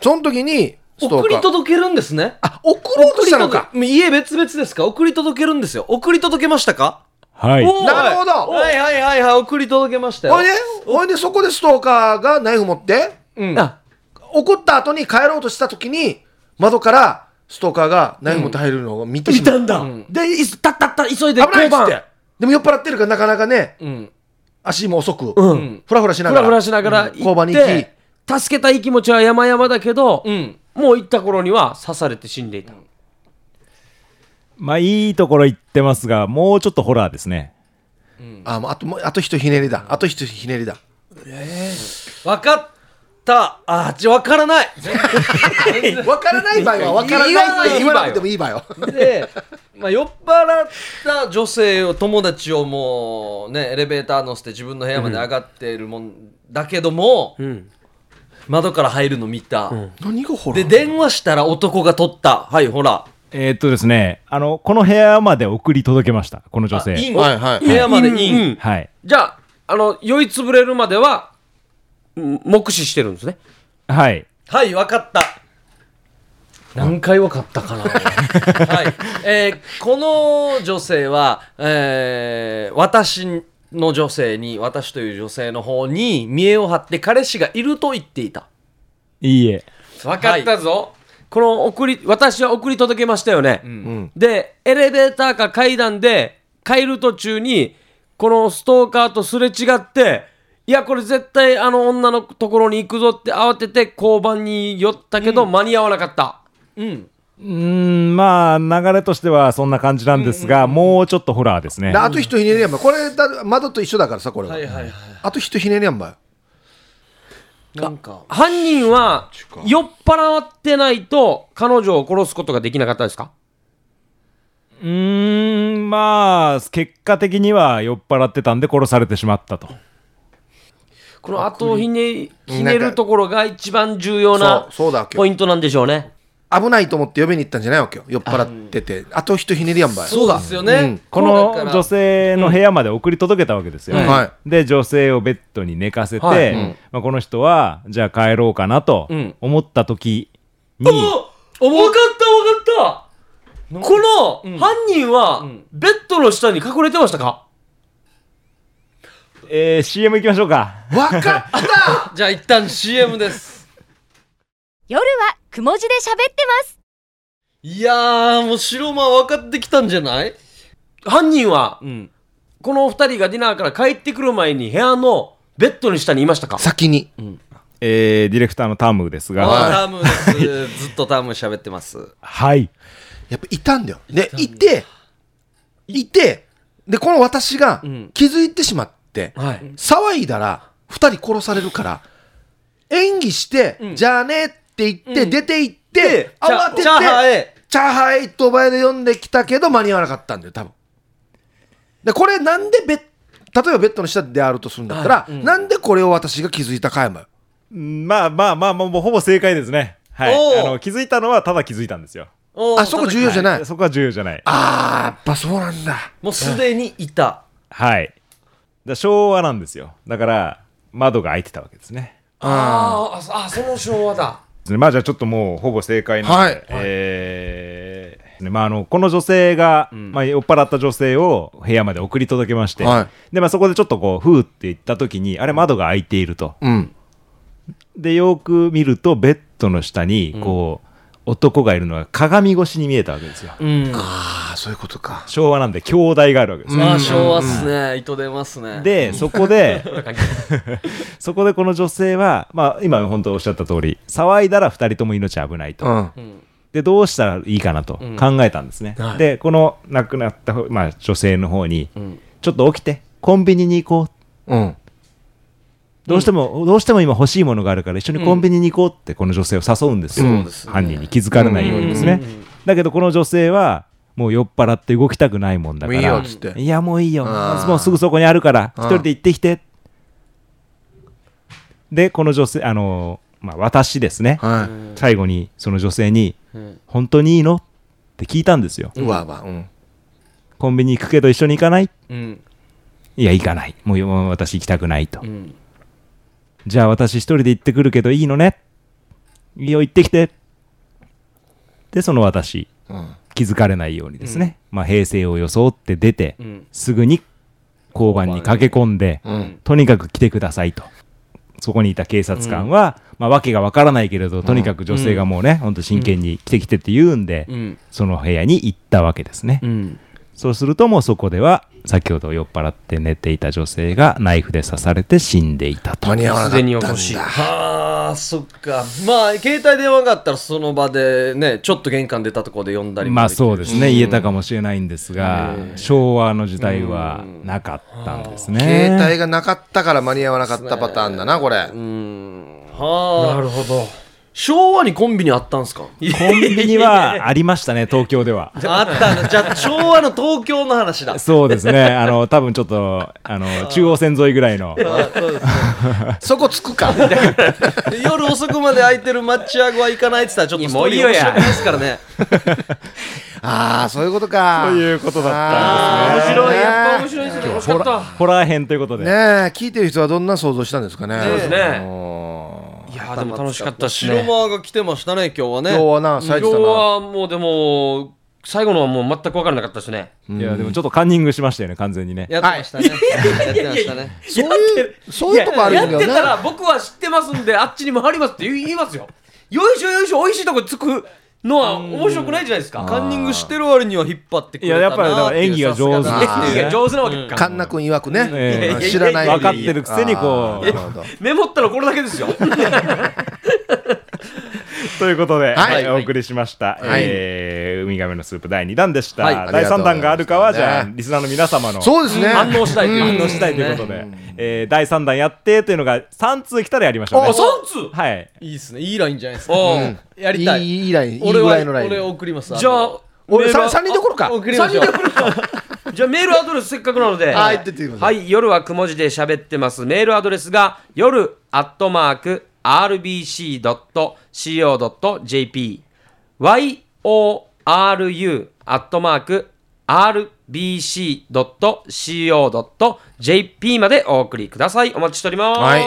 Speaker 3: その時にス
Speaker 1: 送
Speaker 3: トーカ
Speaker 1: り
Speaker 3: ー
Speaker 1: 届けるんですね
Speaker 3: あ送ろうとしたのか
Speaker 1: 送り届け家別々ですか送り届けるんですよ送り届けましたか
Speaker 5: はい。
Speaker 1: おー
Speaker 3: なるほど
Speaker 1: はいはいはいはい送り届けましたよ
Speaker 3: ほいでほいでそこでストーカーがナイフ持って
Speaker 1: うん
Speaker 2: あ
Speaker 3: 怒った後に帰ろうとした時に窓からストーカーがナイフ持って入るのを見てし
Speaker 2: 見
Speaker 3: ま
Speaker 2: た
Speaker 3: う、
Speaker 2: んだ、でいすたったった急いで
Speaker 3: 危ないっつっ
Speaker 2: 交
Speaker 3: て
Speaker 2: 番
Speaker 3: でも酔っ払ってるからなかなかね
Speaker 1: うん
Speaker 3: 足も遅く、
Speaker 2: うん
Speaker 3: フラフラしな
Speaker 2: ふ
Speaker 3: がら
Speaker 2: らふらしながら
Speaker 3: うん交番に行き
Speaker 2: 行って助けたい気持ちは山々だけど、
Speaker 1: うん
Speaker 2: もう行った頃には刺されて死んでいた、
Speaker 5: まあ、いいところ行ってますが、もうちょっとホラーですね。
Speaker 3: あもうあともうあとひとひねりだあとひとひねりだ
Speaker 1: 分かったあじゃ分からない
Speaker 3: 分からない場合は分からないって言わなくてもいい場合よ
Speaker 1: で、まあ、酔っ払った女性を友達をもうねエレベーター乗せて自分の部屋まで上がっているもんだけども、
Speaker 2: ん
Speaker 1: 窓から入るの見た、
Speaker 3: 何がほら
Speaker 1: で電話したら男が取ったはいほら
Speaker 5: えーっとですね、あの、この部屋まで送り届けました、この女
Speaker 1: イ
Speaker 5: 性。
Speaker 1: ン、
Speaker 3: はいはい
Speaker 1: 部屋までイン、
Speaker 2: うんうん
Speaker 5: はい。
Speaker 2: じゃああの酔いつぶれるまではうん目視してるんですね
Speaker 5: はい。
Speaker 1: はい分かった何回分かった かなはい、えーこの女性は、えー私の女性に私という女性の方に見栄を張って彼氏がいると言っていた
Speaker 5: いいえ。
Speaker 2: 分かったぞ、この送り私は送り届けましたよね、
Speaker 3: ん
Speaker 2: でエレベーターか階段で帰る途中にこのストーカーとすれ違っていやこれ絶対あの女のところに行くぞって慌てて交番に寄ったけど、間に合わなかった
Speaker 1: うん
Speaker 5: うーん、まあ、流れとしてはそんな感じなんですが、もうちょっとホラーですね
Speaker 3: で。あとひとひねりやんばいこれだ窓と一緒だからさこれは、
Speaker 1: はいはいはい
Speaker 3: あとひとひねりやんばい
Speaker 1: なんか
Speaker 2: 犯人は酔っ払ってないと彼女を殺すことができなかったですか
Speaker 5: うーん、まあ、結果的には酔っ払ってたんで殺されてしまったと。
Speaker 2: この後をひねひね
Speaker 3: なん
Speaker 2: る
Speaker 3: か
Speaker 2: ところが一番重要
Speaker 3: そ
Speaker 2: な
Speaker 3: うそうだわけよ
Speaker 2: ポイントなんでしょうね
Speaker 3: 危ないと思って呼びに行ったんじゃないわけよ酔っ払っててあとひとひねりやんばい
Speaker 1: そうですよね、
Speaker 3: うん
Speaker 5: この女性の部屋まで送り届けたわけですよ。
Speaker 3: うんは
Speaker 5: で、女性をベッドに寝かせて、
Speaker 2: はい
Speaker 5: まあ、この人は、じゃあ帰ろうかなと
Speaker 1: ん
Speaker 5: 思った時 に、
Speaker 2: 分かった分かったこの犯人は
Speaker 1: ん
Speaker 2: ベッドの下に隠れてましたか
Speaker 5: えー CM 行きましょうか。
Speaker 3: 分か った
Speaker 1: じゃあ一旦 CM です
Speaker 4: 夜はくも字で喋ってます
Speaker 1: いやーもう白間分かってきたんじゃない
Speaker 2: 犯人は
Speaker 1: うん
Speaker 2: このお二人がディナーから帰ってくる前に部屋のベッドの下にいましたか
Speaker 3: 先に
Speaker 5: えーディレクターのタムですが、
Speaker 1: あ
Speaker 3: はい
Speaker 1: タムですずっとタム喋ってます
Speaker 5: はい。
Speaker 3: やっぱいたんだよでいていてでこの私が
Speaker 1: ん
Speaker 3: 気づいてしまって、
Speaker 2: はい
Speaker 3: 騒いだら2人殺されるから演技して、
Speaker 1: ん
Speaker 3: じゃあねって言って、出て行って、
Speaker 1: じゃ
Speaker 3: 慌てて
Speaker 1: じゃあはい
Speaker 3: チャーハイとお前で読んできたけど間に合わなかったんだよ多分でこれなんでベッ例えばベッドの下であるとするんだったら、なんでこれを私が気づいたかやまよ
Speaker 5: うんまあまあまあ、まあ、もうほぼ正解ですね。はい
Speaker 1: お。
Speaker 5: あ
Speaker 1: ー
Speaker 5: の気づいたのはただ気づいたんですよ。
Speaker 1: おー
Speaker 3: あそこ重要じゃない、
Speaker 5: そこは重要じゃない。
Speaker 3: あーやっぱそうなんだ
Speaker 1: もうすでにいた
Speaker 5: はい。だから昭和なんですよ。だから、窓が開いてたわけですね。
Speaker 2: あーああその昭和だ
Speaker 5: まあじゃあちょっともうほぼ正解な
Speaker 3: は
Speaker 5: の
Speaker 3: い
Speaker 5: で、えーまあ、あのこの女性が、まあ、酔っ払った女性を部屋まで送り届けまして、
Speaker 3: は
Speaker 5: でまあ、そこでちょっとこうふーって言った時にあれ窓が開いていると
Speaker 3: うん
Speaker 5: でよく見るとベッドの下にこう、男がいるのが鏡越しに見えたわけですよ
Speaker 1: うん
Speaker 3: ああそういうことか
Speaker 5: 昭和なんで兄弟があるわけですね、
Speaker 1: まあ昭和っすね糸出ますね
Speaker 5: でそこで そこでこの女性は、まあ、今本当おっしゃった通り騒いだら2人とも命危ないと、
Speaker 3: うん
Speaker 5: でどうしたらいいかなと考えたんですね、
Speaker 1: はい
Speaker 5: でこの亡くなった、まあ、女性の方に、
Speaker 1: ん
Speaker 5: ちょっと起きてコンビニに行こう
Speaker 3: うん
Speaker 5: どうしても、どうしても今欲しいものがあるから一緒にコンビニに行こうってこの女性を誘うんですよ、
Speaker 1: そうですね
Speaker 5: 犯人に気づかれないようにですね、
Speaker 1: うんうんうん
Speaker 5: だけどこの女性はもう酔っ払って動きたくないもんだから
Speaker 3: いいよっつって
Speaker 5: いやもういいよ
Speaker 3: あー
Speaker 5: もうすぐそこにあるから
Speaker 3: うん
Speaker 5: 一人で行ってきてでこの女性あのまあ私ですね
Speaker 3: は
Speaker 5: 最後にその女性に
Speaker 1: うん
Speaker 5: 「本当にいいの?」って聞いたんですよ
Speaker 3: い、うわうわうん
Speaker 5: コンビニ行くけど一緒に行かない
Speaker 1: うん
Speaker 5: いや行かないもうもう私行きたくないと
Speaker 1: うん
Speaker 5: じゃあ私一人で行ってくるけどいいのねいいよ行ってきてでその私
Speaker 3: うん
Speaker 5: 気づかれないようにですね、まあ、平成を装って出て、
Speaker 1: うん
Speaker 5: すぐに交番に駆け込んで、
Speaker 3: うん
Speaker 5: とにかく来てくださいとそこにいた警察官は、まあ、訳がわからないけれどとにかく女性がもうね、ほんと真剣に来てきてって言うんで、
Speaker 1: うん
Speaker 5: その部屋に行ったわけですね、
Speaker 1: うん
Speaker 5: そうするともうそこでは先ほど酔っ払って寝ていた女性がナイフで刺されて死んでいたと
Speaker 3: 間に合わなか
Speaker 2: すで
Speaker 3: っ
Speaker 2: に
Speaker 3: た
Speaker 2: 欲し
Speaker 3: ん
Speaker 2: い
Speaker 3: だ
Speaker 1: はあそっかまあ携帯電話があったらその場でねちょっと玄関出たところで呼んだりも
Speaker 5: ま
Speaker 1: で
Speaker 5: あ
Speaker 1: きるし
Speaker 5: そうですね、言えたかもしれないんですが、昭和の時代はなかったんですね。
Speaker 3: 携帯がなかったから間に合わなかったパターンだなこれ
Speaker 1: はあ
Speaker 2: るほど
Speaker 1: 昭和にコンビニあったんすか
Speaker 5: コンビニはありましたね、東京では。
Speaker 1: あったなじゃあ昭和の東京の話だ
Speaker 5: そうですね、あの多分ちょっとあの中央線沿いぐらいの、
Speaker 1: あそうです
Speaker 3: そこつくか
Speaker 1: ね夜遅くまで空いてるマッチアゴは行かないって言ったらちょっとストーリー
Speaker 2: もう
Speaker 1: 面
Speaker 2: いいよや
Speaker 1: 白くないですからね
Speaker 3: ああそういうことか
Speaker 5: ということだったん
Speaker 3: あ
Speaker 2: 面
Speaker 3: ー
Speaker 2: 白いやっぱ面白いですね惜しかった
Speaker 5: です。ホラー編ということで、
Speaker 3: ねえ聞いてる人はどんな想像したんですかね
Speaker 2: そうですね
Speaker 3: うん
Speaker 2: いやーでも楽しかったし
Speaker 1: 白
Speaker 2: ね
Speaker 1: 間が来てましたね今日はね
Speaker 3: 今日はな
Speaker 2: 今
Speaker 3: 冴え
Speaker 2: 日
Speaker 3: てたな
Speaker 2: はもうでも最後のはもう全く分からなかったですね
Speaker 5: いやでもちょっとカンニングしましたよね、完全にね。
Speaker 1: やってましたね、やってましたね
Speaker 3: そういうそういうとこあるんだ
Speaker 2: や
Speaker 3: よ
Speaker 2: ってた
Speaker 3: ね
Speaker 2: ら僕は知ってますんであっちに回りますって言い言いますよよいしょよいしょ美味しいとこつくのは面白くないじゃないですか
Speaker 1: カンニングしてる割には引っ張ってくれた
Speaker 5: いややっぱり
Speaker 1: なーていう
Speaker 5: でも演技が上手
Speaker 1: さすがだな
Speaker 2: 演技が上手なわけか
Speaker 3: 神田君曰く
Speaker 5: え
Speaker 3: ね
Speaker 5: え
Speaker 3: 知らない
Speaker 5: 分かってるくせにこう
Speaker 3: あーなるほど
Speaker 2: メモったらこれだけですよ
Speaker 5: ということで、
Speaker 3: はい
Speaker 5: えーお送りしました、
Speaker 3: はい
Speaker 5: えーウミガメのスープ第2弾でした。
Speaker 1: はい
Speaker 5: 第3弾があるかは、
Speaker 3: あり
Speaker 5: じ
Speaker 3: がとうござ
Speaker 5: ゃ
Speaker 3: い
Speaker 5: あ、
Speaker 3: ます
Speaker 5: リスナーの皆様の
Speaker 3: そうですね
Speaker 2: 反応したいという
Speaker 5: 反応したいということで、えー第3弾やってというのが3通来たらやりましょうね。
Speaker 2: あ三通
Speaker 5: はい。
Speaker 1: いいですねいいラインじゃないですか
Speaker 2: おう
Speaker 1: やりたい
Speaker 3: いいいいラインいい
Speaker 1: 俺
Speaker 3: ぐ
Speaker 1: は
Speaker 3: らいのライン
Speaker 1: 俺送ります
Speaker 2: じゃ
Speaker 1: あ
Speaker 2: あ
Speaker 1: の
Speaker 3: 俺
Speaker 2: メール
Speaker 3: さ
Speaker 2: は
Speaker 3: 三人どころか
Speaker 1: 送りましょう
Speaker 2: じゃあメールアドレスせっかくなので、
Speaker 3: はい言ってってくださ
Speaker 2: はい夜はくも字で喋ってます。メールアドレスが夜アットマーク rbc.co.jp yoru アットマーク rbc.co.jp までお送りください。お待ちしております。
Speaker 3: はい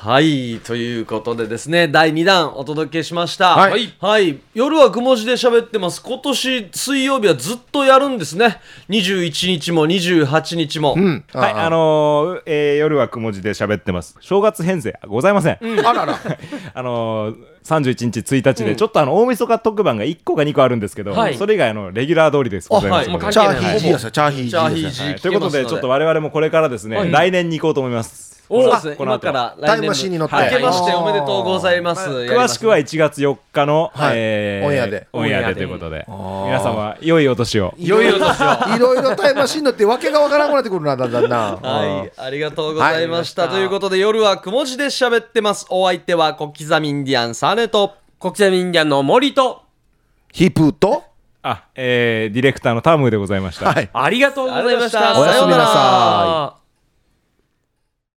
Speaker 1: はいということでですね第2弾お届けしました
Speaker 3: はい
Speaker 1: はい夜はくも字で喋ってます今年水曜日はずっとやるんですね21日も28日も、
Speaker 3: うん
Speaker 5: はい、あのーえー夜はくも字で喋ってます。正月編成ございません。
Speaker 3: あらら
Speaker 5: あのー31日1日で、ちょっとあの大晦日特番が1個か2個あるんですけど、
Speaker 2: はい
Speaker 5: それ以外あのレギュラー通りです。ございます
Speaker 1: あ
Speaker 5: の
Speaker 1: はい
Speaker 5: では
Speaker 3: チャーヒージーやさチャーヒージ
Speaker 1: チャーヒ
Speaker 3: ー
Speaker 1: ー
Speaker 3: やさ
Speaker 1: ジー
Speaker 5: いということで、ちょっと我々もこれからですね、来年に行こうと思います。
Speaker 1: そうですね
Speaker 5: この
Speaker 1: 今
Speaker 5: 後
Speaker 1: から来年の
Speaker 3: タイムマシンに乗って
Speaker 1: 明けましておめでとうございます、やりま
Speaker 5: 詳
Speaker 1: す
Speaker 5: しくは1月4日の、
Speaker 3: はい
Speaker 5: えー
Speaker 3: オンエアで
Speaker 5: オンエアでということで、皆様、良いお年を。
Speaker 3: いろいろいろいろタイムマシン乗って訳がわからなくなってくるなだんだんな
Speaker 1: はい、ありがとうございました。ということで、夜はくも字で喋ってます。お相手は小刻みインディアンサネと。
Speaker 2: 国際民間の森と
Speaker 3: ヒップと
Speaker 5: あ、えーディレクターのタムでございました。
Speaker 3: はい
Speaker 2: ありがとうございました。
Speaker 1: ありがとうございました
Speaker 3: おやすみなさ
Speaker 2: い。